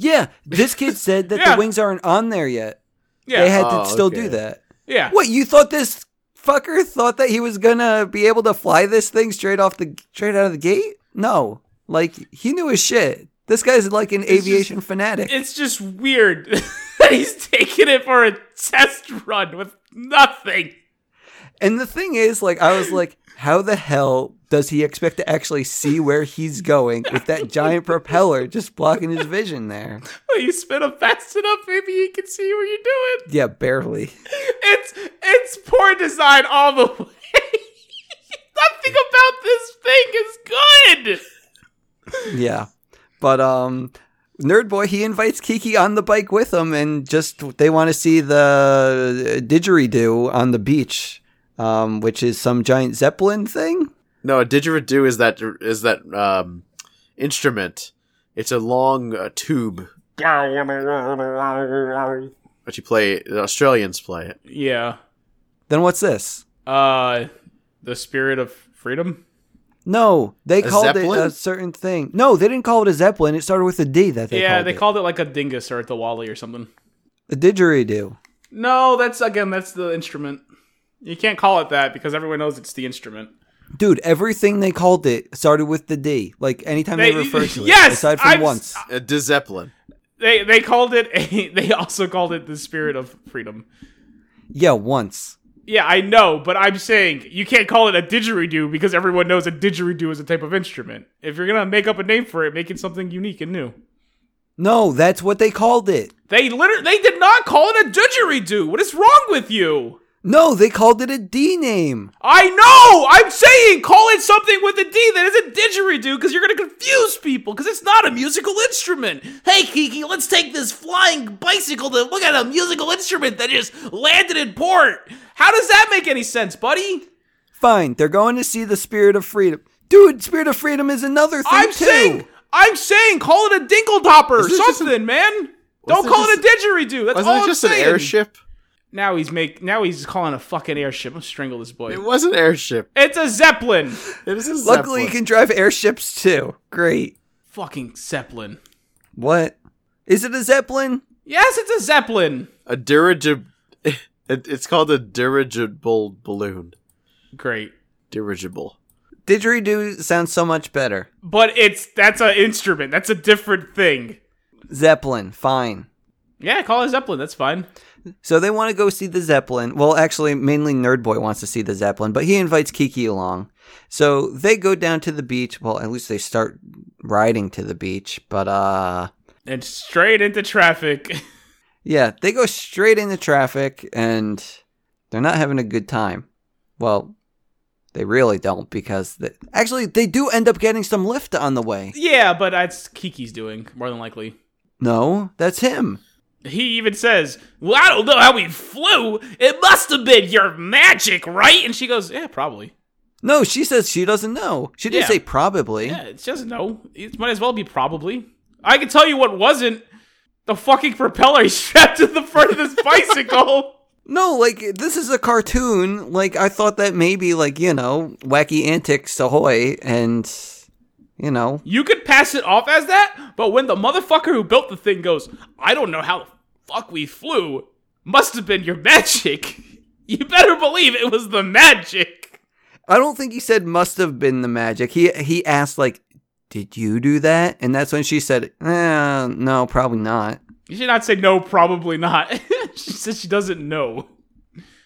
Speaker 2: Yeah, this kid said that
Speaker 4: Yeah.
Speaker 2: the wings aren't on there yet.
Speaker 4: Yeah.
Speaker 2: They had
Speaker 3: Oh,
Speaker 2: to still
Speaker 3: okay.
Speaker 2: do that.
Speaker 4: yeah.
Speaker 2: What you thought this fucker thought that he was gonna be able to fly this thing straight off the straight out of the gate? No, like he knew his shit. This guy's like an aviation fanatic.
Speaker 4: It's just weird that he's taking it for a test run with nothing.
Speaker 2: and the thing is, like, I was like, how the hell does he expect to actually see where he's going with that giant propeller just blocking his vision there?
Speaker 4: Well, you spin up fast enough, maybe he can see what you're doing.
Speaker 2: Yeah, barely.
Speaker 4: It's it's poor design all the way. nothing about this thing is good.
Speaker 2: Yeah. But um Nerd Boy he invites Kiki on the bike with him and just they want to see the didgeridoo on the beach um which is some giant zeppelin thing.
Speaker 3: No, a didgeridoo is that is that um, instrument. It's a long uh, tube that you play. The Australians play it.
Speaker 4: Yeah.
Speaker 2: Then what's this?
Speaker 4: Uh, the spirit of freedom.
Speaker 2: No, they called it
Speaker 3: zeppelin?
Speaker 2: a certain thing. No, they didn't call it a zeppelin. It started with a D that they
Speaker 4: yeah,
Speaker 2: called
Speaker 4: they
Speaker 2: it.
Speaker 4: called it like a dingus or a wally or something.
Speaker 2: a didgeridoo.
Speaker 4: No, that's again, that's the instrument. You can't call it that because everyone knows it's the instrument.
Speaker 2: Dude, everything they called it started with the D. Like anytime they, refer to it,
Speaker 4: yes,
Speaker 2: aside from
Speaker 4: I'm-
Speaker 2: once.
Speaker 3: A De Zeppelin.
Speaker 4: They they called it a, they also called it the spirit of freedom.
Speaker 2: Yeah, once.
Speaker 4: Yeah, I know, but I'm saying you can't call it a didgeridoo because everyone knows a didgeridoo is a type of instrument. If you're gonna make up a name for it, make it something unique and new.
Speaker 2: No, that's what they called it.
Speaker 4: They literally they did not call it a didgeridoo. What is wrong with you?
Speaker 2: No, they called it a D name.
Speaker 4: I know. I'm saying call it something with a D that isn't didgeridoo because you're going to confuse people because it's not a musical instrument.
Speaker 5: Hey, Kiki, let's take this flying bicycle to look at a musical instrument that just landed in port.
Speaker 4: How does that make any sense, buddy?
Speaker 2: Fine, they're going to see the Spirit of Freedom. Dude, Spirit of Freedom is another thing
Speaker 4: I'm
Speaker 2: too.
Speaker 4: saying I'm saying call it a dinkle dopper or
Speaker 3: Isn't it just
Speaker 4: something, man. Don't
Speaker 3: wasn't it
Speaker 4: call it, a didgeridoo. That's
Speaker 3: Wasn't
Speaker 4: all
Speaker 3: it just
Speaker 4: I'm
Speaker 3: an
Speaker 4: saying.
Speaker 3: airship?
Speaker 4: Now he's make now he's calling a fucking airship. I'm strangle this boy.
Speaker 3: It was an airship.
Speaker 4: It's a zeppelin.
Speaker 3: It is a zeppelin.
Speaker 2: Luckily, you can drive airships too. Great.
Speaker 4: fucking zeppelin.
Speaker 2: What? Is it a zeppelin?
Speaker 4: Yes, it's a zeppelin.
Speaker 3: a dirigible. It's called a dirigible balloon.
Speaker 4: Great.
Speaker 3: Dirigible.
Speaker 2: Didgeridoo sounds so much better.
Speaker 4: But it's that's an instrument. That's a different thing.
Speaker 2: Zeppelin, fine.
Speaker 4: Yeah, call it Zeppelin. That's fine.
Speaker 2: So they want to go see the Zeppelin. Well, actually, mainly Nerd Boy wants to see the Zeppelin, but he invites Kiki along. So they go down to the beach. Well, at least they start riding to the beach. But uh,
Speaker 4: And straight into traffic.
Speaker 2: Yeah, they go straight into traffic and they're not having a good time. Well, they really don't because they, actually they do end up getting some lift on the way.
Speaker 4: yeah, but that's Kiki's doing more than likely.
Speaker 2: No, that's him.
Speaker 4: He even says, "Well, I don't know how we flew. It must have been your magic, right?" And she goes, "Yeah, probably.
Speaker 2: No, she says she doesn't know. She didn't
Speaker 4: Yeah.
Speaker 2: say probably.
Speaker 4: Yeah, she doesn't know. It might as well be probably. I can tell you what wasn't the fucking propeller he strapped to the front of this bicycle."
Speaker 2: No, like this is a cartoon. Like I thought that maybe like, you know, wacky antics ahoy and you know,
Speaker 4: You could pass it off as that, but when the motherfucker who built the thing goes, I don't know how the fuck we flew, must have been your magic. You better believe it was the magic.
Speaker 2: I don't think he said must have been the magic. He he asked like, "Did you do that?" And that's when she said, eh, "No, probably not."
Speaker 4: You should not say no, probably not. she says she doesn't know.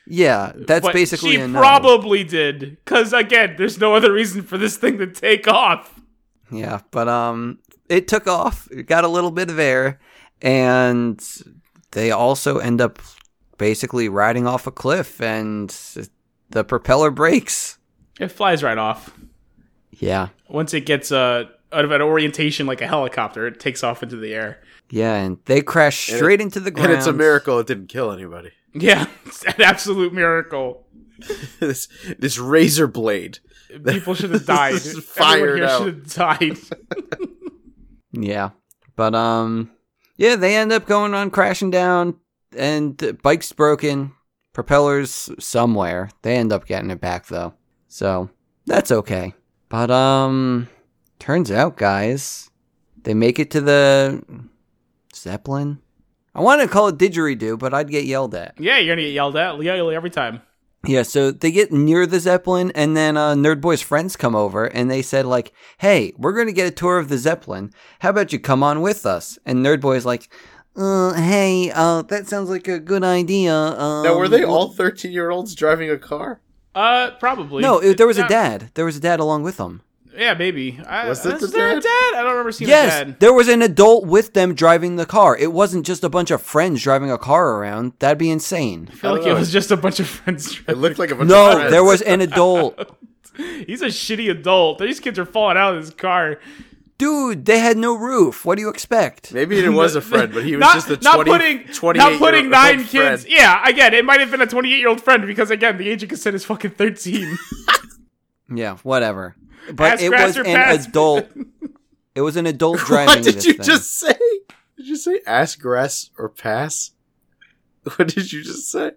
Speaker 2: Yeah, that's
Speaker 4: But
Speaker 2: basically
Speaker 4: she
Speaker 2: a no.
Speaker 4: probably did. Cause again, there's no other reason for this thing to take off.
Speaker 2: Yeah, but um, it took off. It got a little bit of air, and they also end up basically riding off a cliff, and the propeller breaks.
Speaker 4: It flies right off.
Speaker 2: Yeah,
Speaker 4: Once it gets uh, out of an orientation like a helicopter, it takes off into the air.
Speaker 2: yeah, and they crash
Speaker 3: And it-
Speaker 2: straight into the ground.
Speaker 3: And it's a miracle it didn't kill anybody.
Speaker 4: Yeah, it's an absolute miracle.
Speaker 3: this this razor blade.
Speaker 4: People should have died.
Speaker 3: This is fired
Speaker 4: Everyone here should have died.
Speaker 2: Yeah. But um yeah, they end up going on crashing down and the bike's broken, propellers somewhere. They end up getting it back though. So, that's okay. But um turns out guys, they make it to the zeppelin. I want to call it didgeridoo, but I'd get yelled at.
Speaker 4: Yeah, you're gonna get yelled at yelled every time.
Speaker 2: Yeah, so they get near the Zeppelin, and then uh, Nerd Boy's friends come over, and they said like, "Hey, we're going to get a tour of the Zeppelin. How about you come on with us?" And Nerd Boy's like, uh, "Hey, uh, that sounds like a good idea." Um,
Speaker 3: Now, were they all 13 year olds driving a car?
Speaker 4: Uh, probably.
Speaker 2: No, it, there was a
Speaker 4: Not-
Speaker 2: dad. There was a dad along with them.
Speaker 4: Yeah, maybe. I,
Speaker 3: Was it
Speaker 4: is
Speaker 3: the
Speaker 4: there a
Speaker 3: dad?
Speaker 4: dad? I don't remember seeing
Speaker 2: Yes,
Speaker 4: a dad.
Speaker 2: there was an adult with them driving the car. It wasn't just a bunch of friends driving a car around. That'd be insane.
Speaker 4: I feel like it was just a bunch of friends.
Speaker 3: It looked like a bunch of
Speaker 2: No,
Speaker 3: friends.
Speaker 2: there was an adult.
Speaker 4: He's a shitty adult. These kids are falling out of his car.
Speaker 2: Dude, they had no roof. What do you expect?
Speaker 3: Maybe it was a friend, but he was
Speaker 4: Not,
Speaker 3: just the
Speaker 4: not
Speaker 3: 20,
Speaker 4: putting
Speaker 3: 28
Speaker 4: not putting
Speaker 3: year old
Speaker 4: nine kids.
Speaker 3: friend.
Speaker 4: Yeah, again, it might have been a 28 year old friend because again, the age of consent is fucking 13.
Speaker 2: Yeah, whatever. But
Speaker 4: Ass
Speaker 2: it
Speaker 4: scratch
Speaker 2: was
Speaker 4: or
Speaker 2: an
Speaker 4: pass?
Speaker 2: adult. It was an adult driving.
Speaker 3: What did
Speaker 2: this
Speaker 3: you
Speaker 2: thing.
Speaker 3: just say? Did you say ass grass or pass? What did you just say?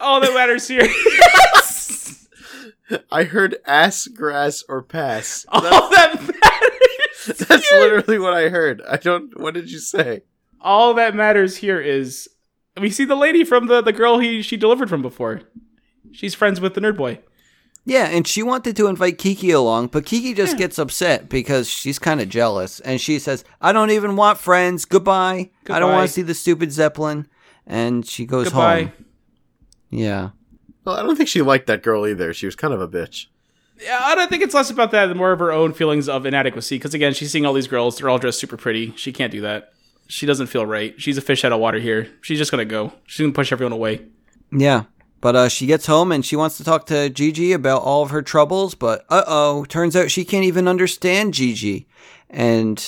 Speaker 4: All that matters here.
Speaker 3: I heard ass grass or pass.
Speaker 2: Oh,
Speaker 4: All that matters.
Speaker 3: That's literally what I heard. I don't. What did you say?
Speaker 4: all that matters here is we see the lady from the the girl he she delivered from before. She's friends with the nerd boy.
Speaker 2: Yeah, and she wanted to invite Kiki along, but Kiki just gets upset because she's kind of jealous, and she says, "I don't even want friends. Goodbye. I don't
Speaker 4: Goodbye.
Speaker 2: want to see the stupid zeppelin." And she goes
Speaker 4: Goodbye.
Speaker 2: home. Yeah.
Speaker 3: Well, I don't think she liked that girl either. She was kind of a bitch.
Speaker 4: Yeah, I don't think it's less about that and more of her own feelings of inadequacy. Because again, she's seeing all these girls; they're all dressed super pretty. She can't do that. She doesn't feel right. She's a fish out of water here. She's just gonna go. She's gonna push everyone away.
Speaker 2: Yeah. But uh, she gets home and she wants to talk to Gigi about all of her troubles, but uh oh, turns out she can't even understand Gigi. And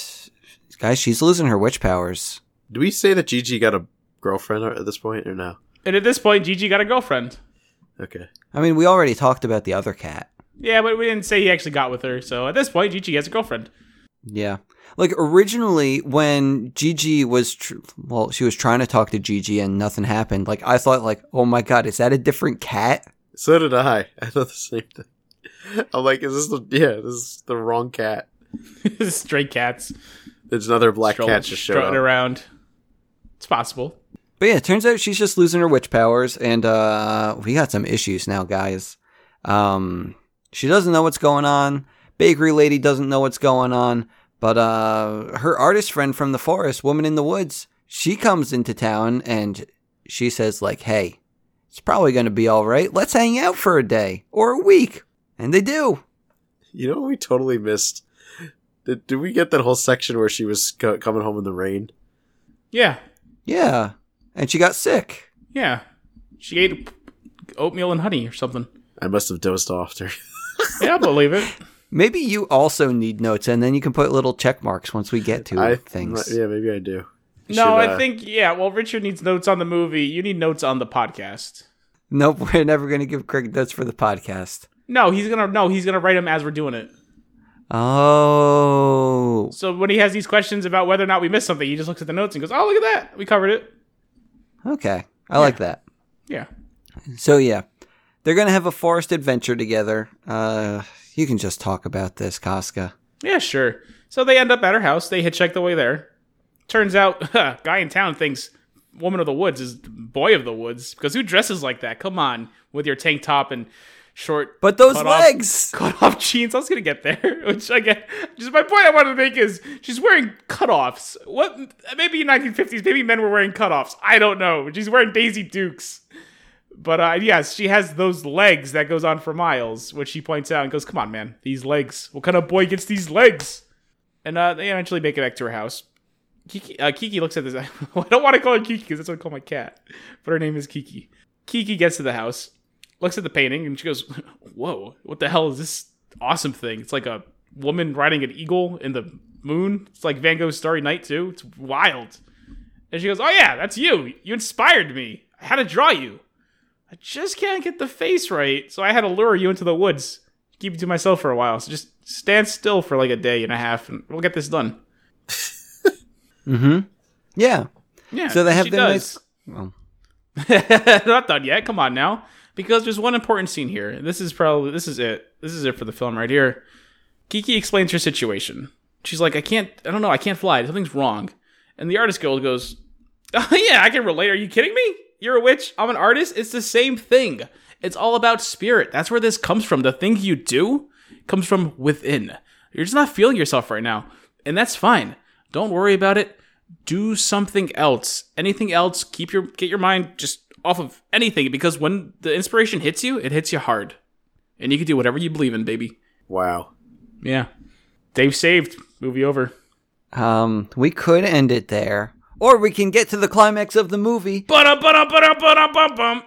Speaker 2: guys, she's losing her witch powers.
Speaker 3: Do we say that Gigi got a girlfriend at this point or no?
Speaker 4: And at this point, Gigi got a girlfriend.
Speaker 3: Okay.
Speaker 2: I mean, we already talked about the other cat.
Speaker 4: Yeah, but we didn't say he actually got with her. So at this point, Gigi has a girlfriend.
Speaker 2: Yeah. Like originally when Gigi was tr- well, she was trying to talk to Gigi and nothing happened. Like I thought like, "Oh my god, is that a different cat?"
Speaker 3: So did I. I thought the same thing. I'm like, is this the yeah? This is the wrong cat.
Speaker 4: Stray cats
Speaker 3: There's another black
Speaker 4: stroll-
Speaker 3: cat just showed
Speaker 4: strutting
Speaker 3: up.
Speaker 4: around. It's possible.
Speaker 2: But yeah, it turns out she's just losing her witch powers and uh we got some issues now, guys. Um she doesn't know what's going on. Bakery lady doesn't know what's going on, but uh her artist friend from the forest, woman in the woods, she comes into town and she says like, "Hey, it's probably going to be all right. Let's hang out for a day or a week." And they do.
Speaker 3: You know what we totally missed? Did, did we get that whole section where she was co- coming home in the rain?
Speaker 4: Yeah,
Speaker 2: Yeah. And she got sick.
Speaker 4: yeah. She ate oatmeal and honey or something.
Speaker 3: I must have dozed off during.
Speaker 4: Yeah, I believe it.
Speaker 2: Maybe you also need notes and then you can put little check marks once we get to
Speaker 3: I
Speaker 2: things.
Speaker 3: Yeah, maybe I do.
Speaker 4: No,
Speaker 3: should,
Speaker 4: I
Speaker 3: uh,
Speaker 4: think yeah. Well, Richard needs notes on the movie. You need notes on the podcast.
Speaker 2: Nope, we're never going to give Craig notes for the podcast.
Speaker 4: No, he's gonna no, he's gonna write them as we're doing it.
Speaker 2: Oh,
Speaker 4: So when he has these questions about whether or not we missed something, he just looks at the notes and goes, "Oh, look at that, we covered it."
Speaker 2: okay. I like that.
Speaker 4: Yeah,
Speaker 2: So, yeah, they're going to have a forest adventure together. Uh, you can just talk about this, Casca.
Speaker 4: yeah, sure. So they end up at her house. They hitchhike the way there. Turns out, guy in town thinks woman of the woods is boy of the woods because who dresses like that? Come on, with your tank top and short
Speaker 2: But those
Speaker 4: Cut off-
Speaker 2: legs!
Speaker 4: cutoff jeans. I was gonna get there, which I get. Just my point I wanted to make is she's wearing cutoffs. What? Maybe in 1950s, maybe men were wearing cutoffs. I don't know. She's wearing Daisy Dukes. But uh, yes, she has those legs that goes on for miles, which she points out and goes, "Come on, man, these legs. What kind of boy gets these legs?" And uh, they eventually make it back to her house. Kiki, uh, Kiki looks at this. I don't want to call her Kiki because that's what I call my cat, but her name is Kiki. Kiki gets to the house, looks at the painting, and she goes, "Whoa, what the hell is this awesome thing? It's like a woman riding an eagle in the moon. It's like Van Gogh's Starry Night too. It's wild." And she goes, "Oh yeah, that's you. You inspired me. I had to draw you. I just can't get the face right, so I had to lure you into the woods, keep you to myself for a while. So just stand still for like a day and a half, and we'll get this done."
Speaker 2: Yeah.
Speaker 4: Yeah.
Speaker 2: So they have
Speaker 4: she
Speaker 2: their
Speaker 4: does. Not done yet. Come on now, because there's one important scene here. and This is probably this is it. This is it for the film right here. Kiki explains her situation. She's like, I can't. I don't know. I can't fly. Something's wrong. And the artist girl goes, Oh yeah, I can relate. Are you kidding me? You're a witch. I'm an artist. It's the same thing. It's all about spirit. That's where this comes from. The thing you do comes from within. You're just not feeling yourself right now, and that's fine. Don't worry about it. Do something else. Anything else. Keep your get your mind just off of anything because when the inspiration hits you, it hits you hard, and you can do whatever you believe in, baby.
Speaker 3: Wow.
Speaker 4: Yeah. Dave saved. Movie over.
Speaker 2: Um, we could end it there, or we can get to the climax of the movie,
Speaker 4: Ba-da, ba-da, ba-da, ba-da, bum-bum.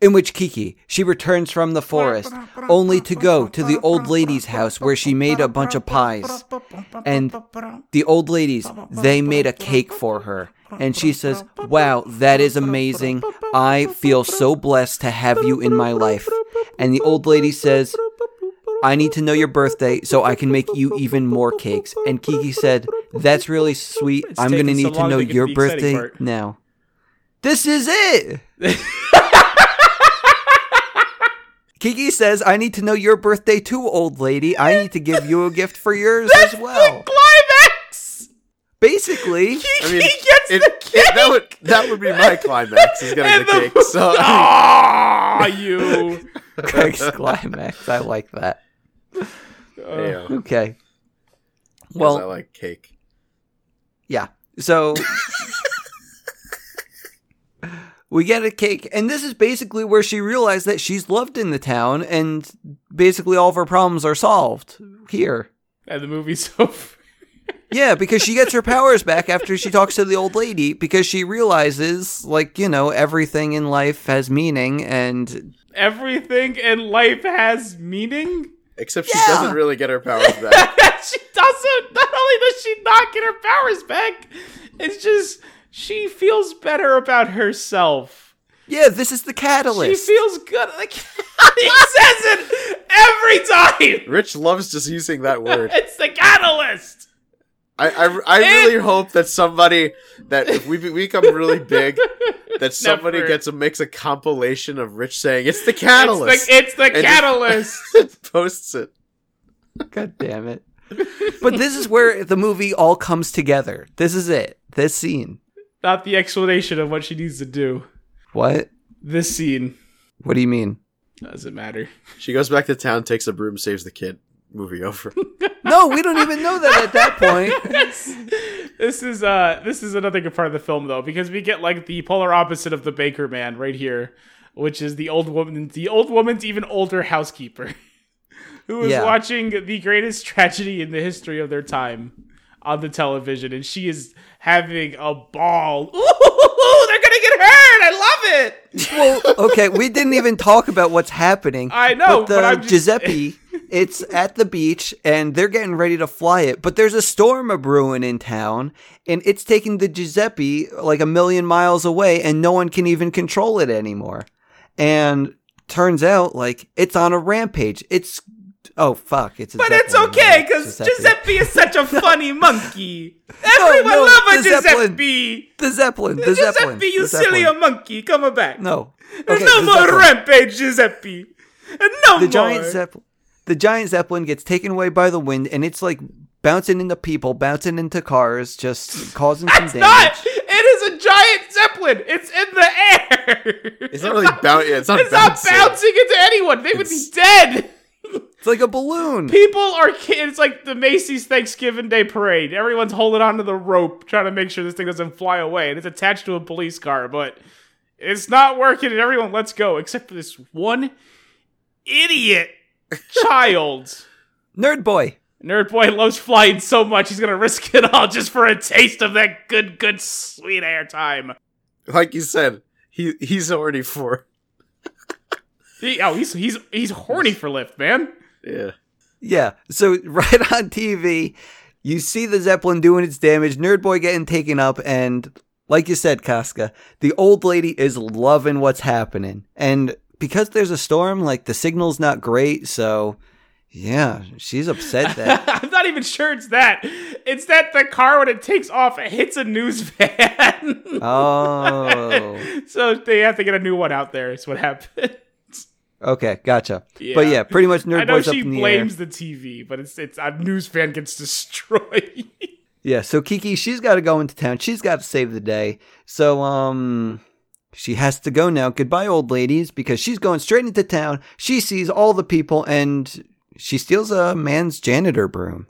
Speaker 2: in which Kiki she returns from the forest only to go to the old lady's house where she made a bunch of pies. And the old ladies they made a cake for her, and she says, "Wow, that is amazing. I feel so blessed to have you in my life." And the old lady says, I need to know your birthday so I can make you even more cakes. And Kiki said, That's really sweet.
Speaker 4: It's
Speaker 2: I'm going to
Speaker 4: taking so
Speaker 2: need to
Speaker 4: long
Speaker 2: know
Speaker 4: to get to
Speaker 2: your
Speaker 4: the exciting
Speaker 2: birthday
Speaker 4: part."
Speaker 2: now. This is it. Kiki says, I need to know your birthday too, old lady. I need to give you a gift for yours as well.
Speaker 4: Climax!
Speaker 2: Basically,
Speaker 3: I mean,
Speaker 4: He gets
Speaker 3: it-
Speaker 4: the
Speaker 3: it- that would that would be my climax is getting
Speaker 4: And
Speaker 3: the,
Speaker 4: the-
Speaker 3: cake. So I
Speaker 4: Ah, you.
Speaker 2: Craig's climax. I like that.
Speaker 3: mean, you know, 'cause
Speaker 2: Okay.
Speaker 3: I
Speaker 2: Well,
Speaker 3: like cake.
Speaker 2: Yeah. So we get a cake, and this is basically where she realized that she's loved in the town, and basically all of her problems are solved here.
Speaker 4: And the movie's over.
Speaker 2: Yeah, because she gets her powers back after she talks to the old lady because she realizes, like, you know, everything in life has meaning, and
Speaker 4: Everything in life has meaning.
Speaker 3: Except she doesn't really get her powers back.
Speaker 4: she doesn't. Not only does she not get her powers back, it's just she feels better about herself.
Speaker 2: yeah, this is the catalyst.
Speaker 4: She feels good. Like, he says it every time.
Speaker 3: Rich loves just using that word.
Speaker 4: It's the catalyst.
Speaker 3: I I, I really hope that somebody that if we be- we become really big, that somebody
Speaker 4: Never.
Speaker 3: gets a makes a compilation of Rich saying it's the
Speaker 4: It's
Speaker 3: catalyst.
Speaker 4: the, it's the
Speaker 3: just-
Speaker 4: catalyst.
Speaker 3: posts it.
Speaker 2: God damn it. But this is where the movie all comes together. This is it. This scene.
Speaker 4: Not the explanation of what she needs to do.
Speaker 2: What?
Speaker 4: This scene
Speaker 2: What do you mean?
Speaker 4: doesn't matter.
Speaker 3: She goes back to town, takes a broom, saves the kid. Movie over.
Speaker 2: No, we don't even know that at that point.
Speaker 4: This is uh this is another good part of the film though because we get like the polar opposite of the baker man right here, which is the old woman, the old woman's even older housekeeper, who is
Speaker 2: Yeah.
Speaker 4: watching the greatest tragedy in the history of their time on the television, and she is having a ball. Ooh, they're gonna get hurt! I love it.
Speaker 2: Well, okay, we didn't even talk about what's happening.
Speaker 4: I know,
Speaker 2: but the
Speaker 4: but I'm just-
Speaker 2: Giuseppe, it's at the beach and they're getting ready to fly it, but there's a storm a brewing in town and it's taking the Giuseppe like a million miles away and no one can even control it anymore. And turns out like it's on a rampage. It's oh fuck, it's a
Speaker 4: But it's
Speaker 2: Zeppelin,
Speaker 4: okay
Speaker 2: not
Speaker 4: because Giuseppe is such a funny monkey.
Speaker 2: No,
Speaker 4: Everyone
Speaker 2: no,
Speaker 4: loves a
Speaker 2: the Zeppelin.
Speaker 4: Giuseppe.
Speaker 2: the Zeppelin, the Zeppelin.
Speaker 4: Giuseppe, you
Speaker 2: the
Speaker 4: silly
Speaker 2: Zeppelin.
Speaker 4: monkey, come back.
Speaker 2: No.
Speaker 4: There's
Speaker 2: Okay,
Speaker 4: no
Speaker 2: the
Speaker 4: more
Speaker 2: Zeppelin.
Speaker 4: rampage, Giuseppe. And no
Speaker 2: the
Speaker 4: more.
Speaker 2: giant zeppelin the giant zeppelin gets taken away by the wind and it's like bouncing into people bouncing into cars just causing some
Speaker 4: It's
Speaker 2: damage
Speaker 4: not. It is a giant zeppelin. It's in the air.
Speaker 3: It's not really bouncing. It's not
Speaker 4: It's not
Speaker 3: bouncing.
Speaker 4: bouncing into anyone. They would be
Speaker 3: It's-
Speaker 4: dead.
Speaker 2: it's like a balloon
Speaker 4: People are. ki- It's like the Macy's Thanksgiving Day parade. Everyone's holding onto the rope, trying to make sure this thing doesn't fly away. And it's attached to a police car, but it's not working. And everyone lets go, except for this one idiot child.
Speaker 2: nerd boy
Speaker 4: Nerd boy loves flying so much he's gonna risk it all just for a taste of that good, good, sweet airtime.
Speaker 3: Like you said, he he's already four.
Speaker 4: He, oh, he's he's he's horny for lift, man.
Speaker 3: Yeah.
Speaker 2: yeah so right on tv you see the zeppelin doing its damage nerd boy getting taken up and like you said casca the old lady is loving what's happening and because there's a storm like the signal's not great so yeah she's upset that
Speaker 4: I'm not even sure it's that. It's that the car when it takes off it hits a news van.
Speaker 2: oh
Speaker 4: so they have to get a new one out there. Is what happened.
Speaker 2: Okay, gotcha.
Speaker 4: Yeah.
Speaker 2: But yeah, pretty much nerd
Speaker 4: I know
Speaker 2: boys up
Speaker 4: she
Speaker 2: in the
Speaker 4: blames the TV, but it's it's a news van gets destroyed.
Speaker 2: air. Yeah, so Kiki, she's got to go into town. She's got to save the day. So, um, she has to go now. Goodbye, old ladies, because she's going straight into town. She sees all the people and she steals a man's janitor broom.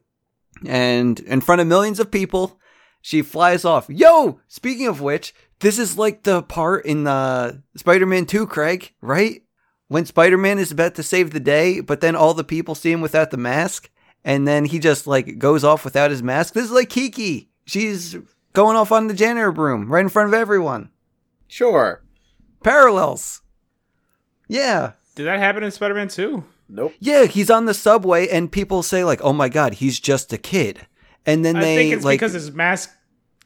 Speaker 2: And in front of millions of people, she flies off. Yo, speaking of which, this is like the part in uh, Spider Man 2, Craig, right? When Spider Man is about to save the day, but then all the people see him without the mask, and then he just like goes off without his mask. This is like Kiki. She's going off on the janitor broom right in front of everyone.
Speaker 3: Sure.
Speaker 2: Parallels. Yeah.
Speaker 6: Did that happen in Spider Man 2?
Speaker 3: Nope.
Speaker 2: Yeah, he's on the subway and people say like, "Oh my god, he's just a kid." And then
Speaker 6: I
Speaker 2: they
Speaker 6: think it's
Speaker 2: like
Speaker 6: because his mask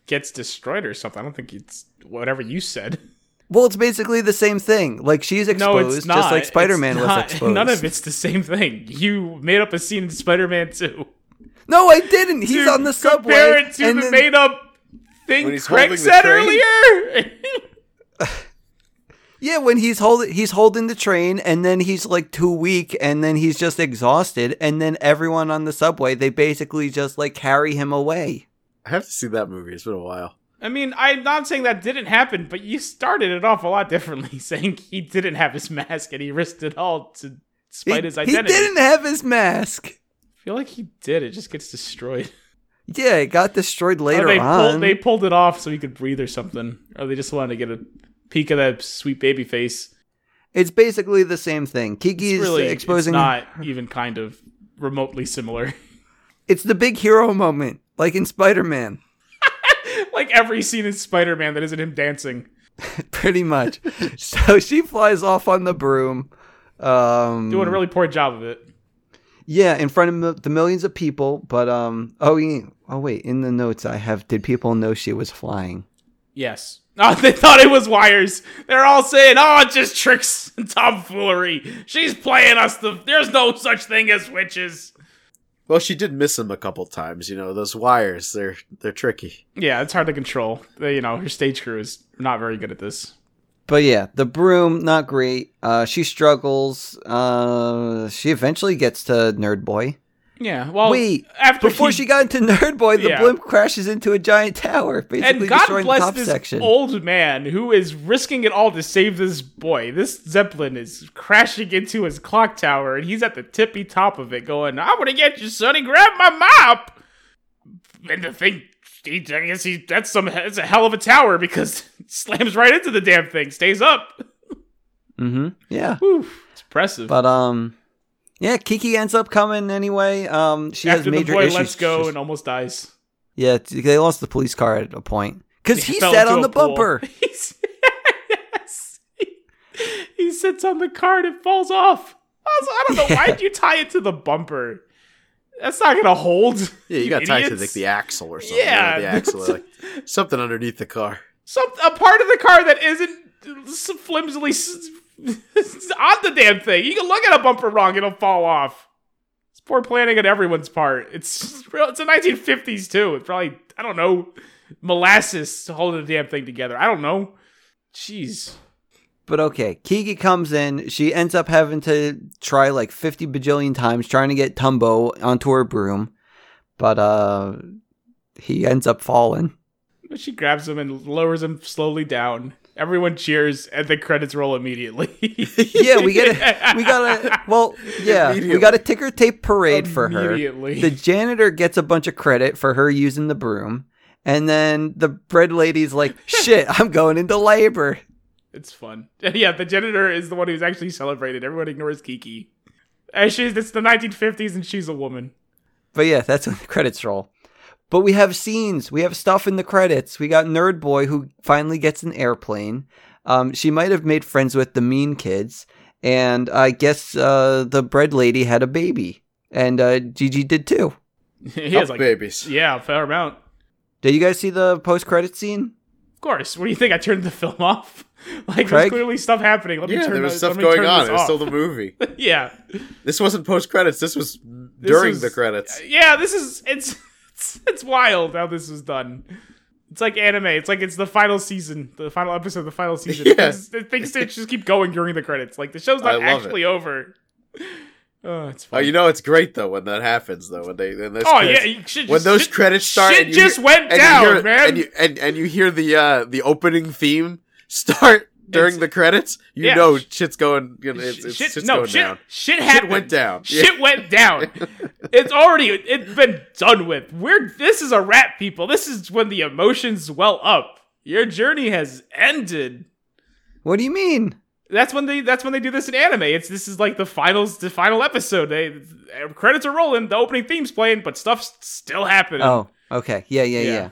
Speaker 6: gets destroyed or something. I don't think it's whatever you said.
Speaker 2: Well, it's basically the same thing. Like she's
Speaker 6: No,
Speaker 2: exposed
Speaker 6: it's not.
Speaker 2: just like
Speaker 6: It's
Speaker 2: Spider-Man was
Speaker 6: not.
Speaker 2: exposed.
Speaker 6: None of it's the same thing. You made up a scene in Spider Man 2.
Speaker 2: No, I didn't. He's on the subway.
Speaker 6: Compare it to
Speaker 2: and
Speaker 6: the
Speaker 2: then-
Speaker 6: made up
Speaker 3: When
Speaker 6: thing
Speaker 3: he's
Speaker 6: Craig
Speaker 3: holding the
Speaker 6: said
Speaker 3: train?
Speaker 6: earlier.
Speaker 2: Yeah, when he's holding he's holding the train and then he's like too weak and then he's just exhausted and then everyone on the subway they basically just like carry him away.
Speaker 3: I have to see that movie. It's been a while.
Speaker 6: I mean, I'm not saying that didn't happen, but you started it off a lot differently, saying he didn't have his mask and he risked it all to
Speaker 2: He,
Speaker 6: spite his
Speaker 2: he
Speaker 6: identity.
Speaker 2: didn't have his mask.
Speaker 6: I feel like he did. It just gets destroyed.
Speaker 2: Yeah, it got destroyed
Speaker 6: Or
Speaker 2: later
Speaker 6: Oh, they
Speaker 2: on.
Speaker 6: pulled they pulled it off so he could breathe or something, or they just wanted to get a peek of that sweet baby face.
Speaker 2: It's basically the same thing. Kiki's
Speaker 6: It's really,
Speaker 2: exposing
Speaker 6: it's not even kind of remotely similar.
Speaker 2: It's the big hero moment, like in Spider Man,
Speaker 6: like every scene in Spider Man that isn't him dancing.
Speaker 2: pretty much. so she flies off on the broom. Um,
Speaker 6: Doing a really poor job of it.
Speaker 2: yeah, in front of mil- the millions of people. But um, oh, yeah, oh wait, in the notes I have. Did people know she was flying?
Speaker 6: Yes. Oh, they thought it was wires. They're all saying, "Oh, it's just tricks and tomfoolery." She's playing us. The there's no such thing as witches.
Speaker 3: Well, she did miss him a couple times. You know those wires. They're they're tricky.
Speaker 6: Yeah, it's hard to control. They- you know, her stage crew is not very good at this.
Speaker 2: But yeah, the broom not great. Uh, she struggles. Uh, she eventually gets to Nerd Boy.
Speaker 6: Yeah. Well,
Speaker 2: Wait,
Speaker 6: Oh, after
Speaker 2: before
Speaker 6: he-
Speaker 2: she got into Nerd Boy, the
Speaker 6: Yeah.
Speaker 2: blimp crashes into a giant tower, basically
Speaker 6: and God
Speaker 2: destroying the
Speaker 6: bless
Speaker 2: top
Speaker 6: this
Speaker 2: section.
Speaker 6: old man who is risking it all to save this boy. This zeppelin is crashing into his clock tower, and he's at the tippy top of it, going, "I'm gonna get you, sonny. Grab my mop." And the thing, he, I guess he, that's some, it's a hell of a tower because it slams right into the damn thing, stays up.
Speaker 2: mm-hmm. Yeah.
Speaker 6: Whew, it's impressive.
Speaker 2: But um, yeah, Kiki ends up coming anyway. Um, she
Speaker 6: After
Speaker 2: has
Speaker 6: the
Speaker 2: major
Speaker 6: boy
Speaker 2: issues.
Speaker 6: lets go
Speaker 2: She's-
Speaker 6: and almost dies,
Speaker 2: yeah, t- they lost the police car at a point because he
Speaker 6: fell
Speaker 2: sat
Speaker 6: into
Speaker 2: on
Speaker 6: a
Speaker 2: the
Speaker 6: pool.
Speaker 2: bumper.
Speaker 6: He's- yes. He, he sits on the car and it falls off. Also, I don't know. Why'd you tie it to the bumper? That's not going to hold.
Speaker 3: Yeah, you got tied to like
Speaker 6: idiots.
Speaker 3: the axle or something. Yeah,
Speaker 6: Yeah.
Speaker 3: the axle, or, like, something underneath the car.
Speaker 6: Some, a part of the car that isn't s- flimsily s- on the damn thing. You can look at a bumper wrong, it'll fall off. It's poor planning on everyone's part. It's real- it's the 1950s too. It's probably I don't know molasses holding the damn thing together. I don't know. Jeez.
Speaker 2: But okay, Kiki comes in. She ends up having to try like 50 bajillion times trying to get Tumbo onto her broom. But uh, he ends up falling.
Speaker 6: But she grabs him and lowers him slowly down. Everyone cheers, and the credits roll immediately.
Speaker 2: Yeah, we get a, we got a, well, yeah, we got a ticker tape parade for her.
Speaker 6: Immediately.
Speaker 2: The janitor gets a bunch of credit for her using the broom. And then the bread lady's like, shit, I'm going into labor.
Speaker 6: It's fun. Yeah, the janitor is the one who's actually celebrated. Everyone ignores Kiki. And she's it's the 1950s, and she's a woman.
Speaker 2: But yeah, that's when the credits roll. But we have scenes, we have stuff in the credits. We got Nerd Boy who finally gets an airplane. Um, she might have made friends with the mean kids. And I guess uh, the bread lady had a baby. And uh, Gigi did too.
Speaker 6: he has
Speaker 3: Up
Speaker 6: like
Speaker 3: Oh, babies.
Speaker 6: yeah, a fair amount.
Speaker 2: Did you guys see the post credit scene?
Speaker 6: Of course. What do you think? I turned the film off. Like there's
Speaker 2: Craig?
Speaker 6: clearly stuff happening. Let me
Speaker 3: Yeah,
Speaker 6: turn.
Speaker 3: there was
Speaker 6: the-
Speaker 3: stuff
Speaker 6: let me
Speaker 3: going
Speaker 6: turn
Speaker 3: on.
Speaker 6: this
Speaker 3: It was
Speaker 6: off.
Speaker 3: still the movie.
Speaker 6: yeah.
Speaker 3: This wasn't post credits. This was during
Speaker 6: was-
Speaker 3: the credits.
Speaker 6: yeah this is it's, it's it's wild how this was done it's like anime it's like it's the final season the final episode of the final season
Speaker 3: Yeah.
Speaker 6: It's- it thinks they just keep going during the credits like the show's
Speaker 3: I
Speaker 6: not
Speaker 3: love
Speaker 6: actually over Oh, it's
Speaker 3: Oh,
Speaker 6: funny.
Speaker 3: you know it's great though when that happens though when they when those
Speaker 6: Oh,
Speaker 3: credits,
Speaker 6: yeah, you should
Speaker 3: when
Speaker 6: just-
Speaker 3: those
Speaker 6: shit-
Speaker 3: credits start
Speaker 6: shit
Speaker 3: and you
Speaker 6: just
Speaker 3: hear-
Speaker 6: went
Speaker 3: and you
Speaker 6: down,
Speaker 3: hear-
Speaker 6: man.
Speaker 3: and you and, and you hear the uh the opening theme start during
Speaker 6: It's-
Speaker 3: the credits you
Speaker 6: Yeah.
Speaker 3: know shit's going you know, it's, it's,
Speaker 6: shit,
Speaker 3: shit's
Speaker 6: no,
Speaker 3: going
Speaker 6: shit,
Speaker 3: down
Speaker 6: shit happened.
Speaker 3: went down.
Speaker 6: Shit went down. it's already it's been done with. We're this is a wrap, people. This is when the emotions well up. Your journey has ended.
Speaker 2: What do you mean?
Speaker 6: That's when they that's when they do this in anime. It's this is like the finals the final episode. They credits are rolling, the opening theme's playing, but stuff's still happening.
Speaker 2: Oh, okay. Yeah, yeah, yeah.
Speaker 6: Yeah.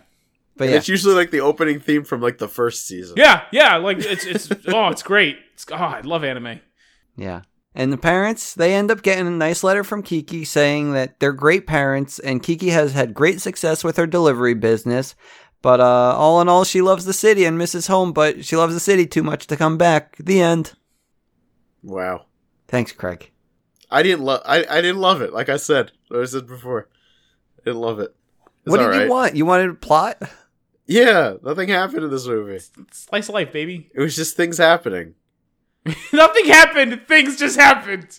Speaker 2: But
Speaker 3: And
Speaker 2: yeah,
Speaker 3: it's usually like the opening theme from like the first season
Speaker 6: Yeah, yeah, like it's it's oh, it's great. It's oh, I love anime.
Speaker 2: yeah. And the parents, they end up getting a nice letter from Kiki saying that they're great parents and Kiki has had great success with her delivery business. But uh, all in all, she loves the city and misses home, but she loves the city too much to come back. The end.
Speaker 3: wow
Speaker 2: Thanks, Craig.
Speaker 3: I didn't love I I didn't love it like I said I said before I didn't love it It's
Speaker 2: what did
Speaker 3: alright.
Speaker 2: you want? You wanted a plot?
Speaker 3: yeah nothing happened in this movie
Speaker 6: Slice of life, baby.
Speaker 3: it was just things happening
Speaker 6: Nothing happened. Things just happened.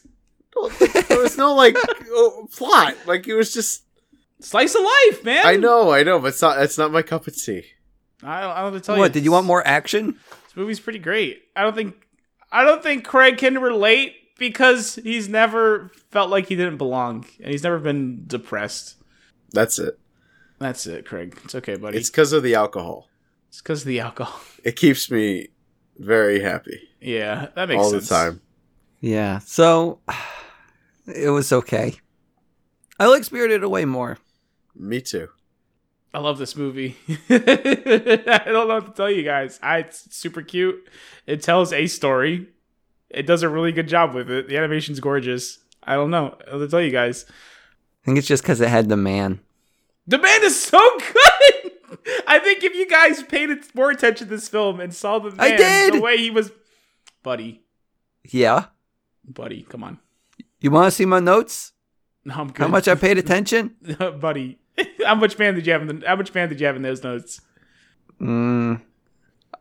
Speaker 3: there was no like oh, plot like it was just
Speaker 6: Slice of life, man.
Speaker 3: I know I know but it's not it's not my cup of tea
Speaker 6: I don't, I don't have to tell you.
Speaker 2: What? Did you want more action?
Speaker 6: This movie's pretty great. I don't think I don't think Craig can relate because he's never felt like he didn't belong and he's never been depressed.
Speaker 3: that's it
Speaker 6: That's it, Craig. It's okay, buddy.
Speaker 3: It's
Speaker 6: It's
Speaker 3: because of the alcohol.
Speaker 6: because of the alcohol.
Speaker 3: It keeps me very happy
Speaker 6: yeah, that makes
Speaker 3: all
Speaker 6: sense.
Speaker 3: the time.
Speaker 2: Yeah. So it was okay. I like Spirited Away more.
Speaker 3: Me too.
Speaker 6: I love this movie. I don't know what to tell you guys. I, it's super cute. It tells a story. It does a really good job with it. The animation's gorgeous. I don't know. I'll tell you guys.
Speaker 2: I think it's just because it had the man.
Speaker 6: The man is so good. I think if you guys paid it- more attention to this film and saw the man,
Speaker 2: I did!
Speaker 6: the way he was, buddy,
Speaker 2: Yeah.
Speaker 6: buddy, come on.
Speaker 2: You want to see my notes?
Speaker 6: No, I'm good.
Speaker 2: How much I paid attention?
Speaker 6: buddy? how much man did you have? In the, how much man did you have in those notes?
Speaker 2: Mm.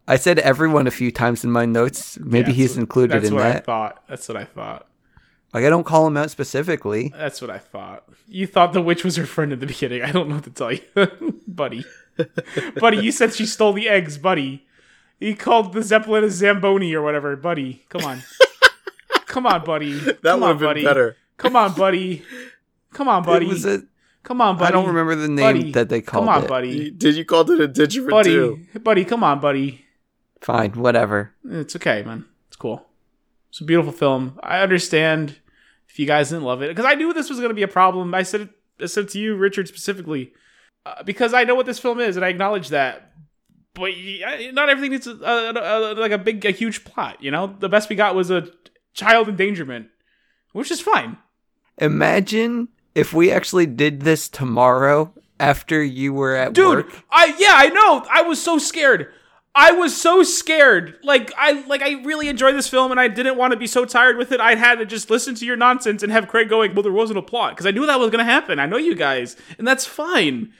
Speaker 2: I said everyone a few times in my notes. Maybe
Speaker 6: Yeah,
Speaker 2: he's
Speaker 6: that's-
Speaker 2: included
Speaker 6: That's
Speaker 2: in
Speaker 6: what I
Speaker 2: that.
Speaker 6: thought. That's what I thought.
Speaker 2: like I don't call him out specifically.
Speaker 6: That's what I thought. You thought the witch was her friend at the beginning. I don't know what to tell you, buddy. buddy, you said she stole the eggs, buddy. You called the zeppelin a zamboni or whatever, buddy. Come on, come on, buddy.
Speaker 3: That
Speaker 6: Come
Speaker 3: would
Speaker 6: on,
Speaker 3: have been
Speaker 6: buddy.
Speaker 3: better.
Speaker 6: Come on, buddy. Come on, buddy.
Speaker 2: It was a,
Speaker 6: come on, buddy.
Speaker 2: I don't remember the name
Speaker 6: Buddy.
Speaker 2: that they called
Speaker 6: Come on,
Speaker 2: it.
Speaker 6: buddy.
Speaker 3: You- Did you call it a didgeridoo?
Speaker 6: Buddy, buddy, come on, buddy.
Speaker 2: Fine, whatever.
Speaker 6: It's okay, man. It's cool. It's a beautiful film. I understand if you guys didn't love it because I knew this was going to be a problem. I said it. I said it to you, Richard, specifically uh, because I know what this film is and I acknowledge that. But y- I- not everything needs a, a, a, a- like a big, a huge plot. You know, the best we got was a child endangerment, which is fine.
Speaker 2: Imagine if we actually did this tomorrow after you were at
Speaker 6: dude
Speaker 2: work.
Speaker 6: i yeah i know i was so scared i was so scared like i like i really enjoyed this film and i didn't want to be so tired with it i had to just listen to your nonsense and have craig going well there wasn't a plot because i knew that was going to happen i know you guys and that's fine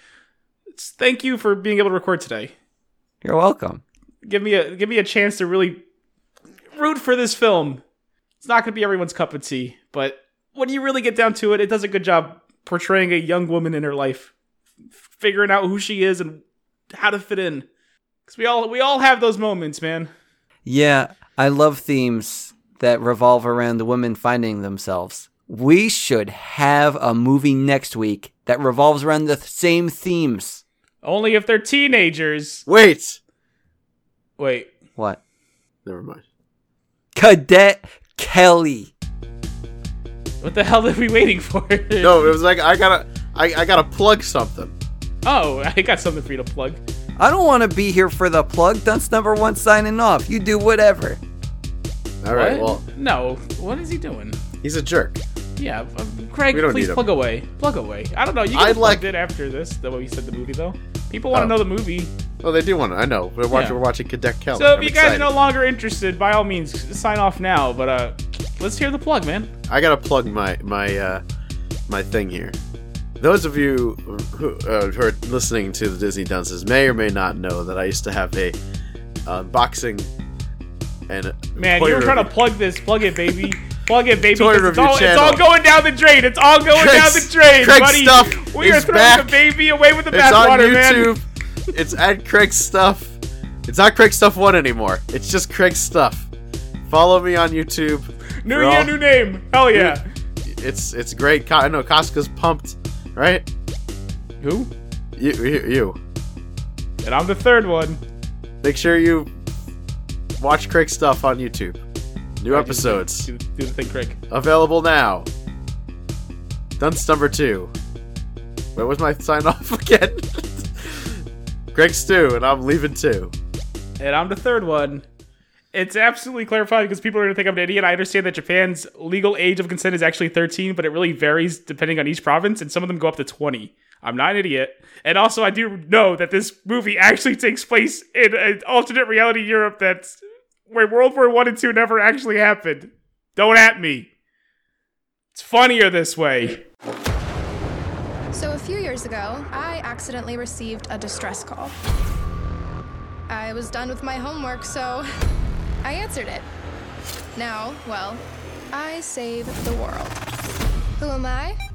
Speaker 6: it's, thank you for being able to record today
Speaker 2: You're welcome.
Speaker 6: give me a give me a chance to really root for this film it's not going to be everyone's cup of tea but when you really get down to it it does a good job portraying a young woman in her life figuring out who she is and how to fit in. Cause we all we all have those moments, man.
Speaker 2: Yeah, I love themes that revolve around the women finding themselves. We should have a movie next week that revolves around the th- same themes.
Speaker 6: Only if they're teenagers.
Speaker 3: Wait.
Speaker 6: Wait,
Speaker 2: What?
Speaker 3: Never mind.
Speaker 2: Cadet Kelly.
Speaker 6: what the hell are we waiting for?
Speaker 3: No, it was like I gotta, I, I gotta plug something.
Speaker 6: Oh, I got something for you to plug.
Speaker 2: I don't want to be here for the plug. Dunce number one signing off. You do whatever.
Speaker 3: All right. Well,
Speaker 6: What? no. What is he doing?
Speaker 3: he's a jerk.
Speaker 6: Yeah, um, Craig,
Speaker 3: We don't
Speaker 6: please
Speaker 3: need him.
Speaker 6: plug away. Plug away. I don't know. You
Speaker 3: I'd
Speaker 6: can
Speaker 3: like-
Speaker 6: plug it after this. The way you said the movie, though. People want to
Speaker 3: Oh.
Speaker 6: know the movie.
Speaker 3: Oh, they do want to. I know. We're watching.
Speaker 6: Yeah.
Speaker 3: We're watching Cadet Kelly.
Speaker 6: So if
Speaker 3: I'm
Speaker 6: you guys are
Speaker 3: excited.
Speaker 6: no longer interested, by all means, sign off now. But uh, let's hear the plug, man.
Speaker 3: I gotta plug my my uh, my thing here. Those of you who, uh, who are listening to the Disney Dunces may or may not know that I used to have a uh, unboxing and
Speaker 6: Man, you were trying to plug this, plug it, baby. Plug it, baby.
Speaker 3: Toy
Speaker 6: 'cause It's
Speaker 3: Review
Speaker 6: all, it's
Speaker 3: channel.
Speaker 6: all going down the drain. It's all going
Speaker 3: Craig's-
Speaker 6: down the drain,
Speaker 3: Craig's
Speaker 6: buddy.
Speaker 3: stuff
Speaker 6: we are
Speaker 3: is
Speaker 6: throwing
Speaker 3: back.
Speaker 6: the baby away with the
Speaker 3: It's on
Speaker 6: bathwater, man.
Speaker 3: YouTube. It's at Craig Stuff. It's not Craig Stuff 1 anymore. It's just Craig Stuff. Follow me on YouTube.
Speaker 6: New
Speaker 3: We're
Speaker 6: year,
Speaker 3: all-
Speaker 6: new name. Hell yeah.
Speaker 3: It's it's great. Co- I know Costco's pumped, right?
Speaker 6: Who?
Speaker 3: You, you you.
Speaker 6: And I'm the third one.
Speaker 3: Make sure you watch Craig Stuff on YouTube. New episodes
Speaker 6: Do, do the thing, Craig.
Speaker 3: available now. Dunce number two. Where was my sign off again? Craig Stew, and I'm leaving too.
Speaker 6: And I'm the third one. It's absolutely clarified because people are going to think I'm an idiot. I understand that Japan's legal age of consent is actually 13, but it really varies depending on each province, and some of them go up to 20. I'm not an idiot. And also, I do know that this movie actually takes place in an alternate reality Europe that's where World War One and Two never actually happened. Don't at me. It's funnier this way.
Speaker 7: So, a few years ago, I accidentally received a distress call. I was done with my homework, so I answered it. Now, well, I save the world. Who am I?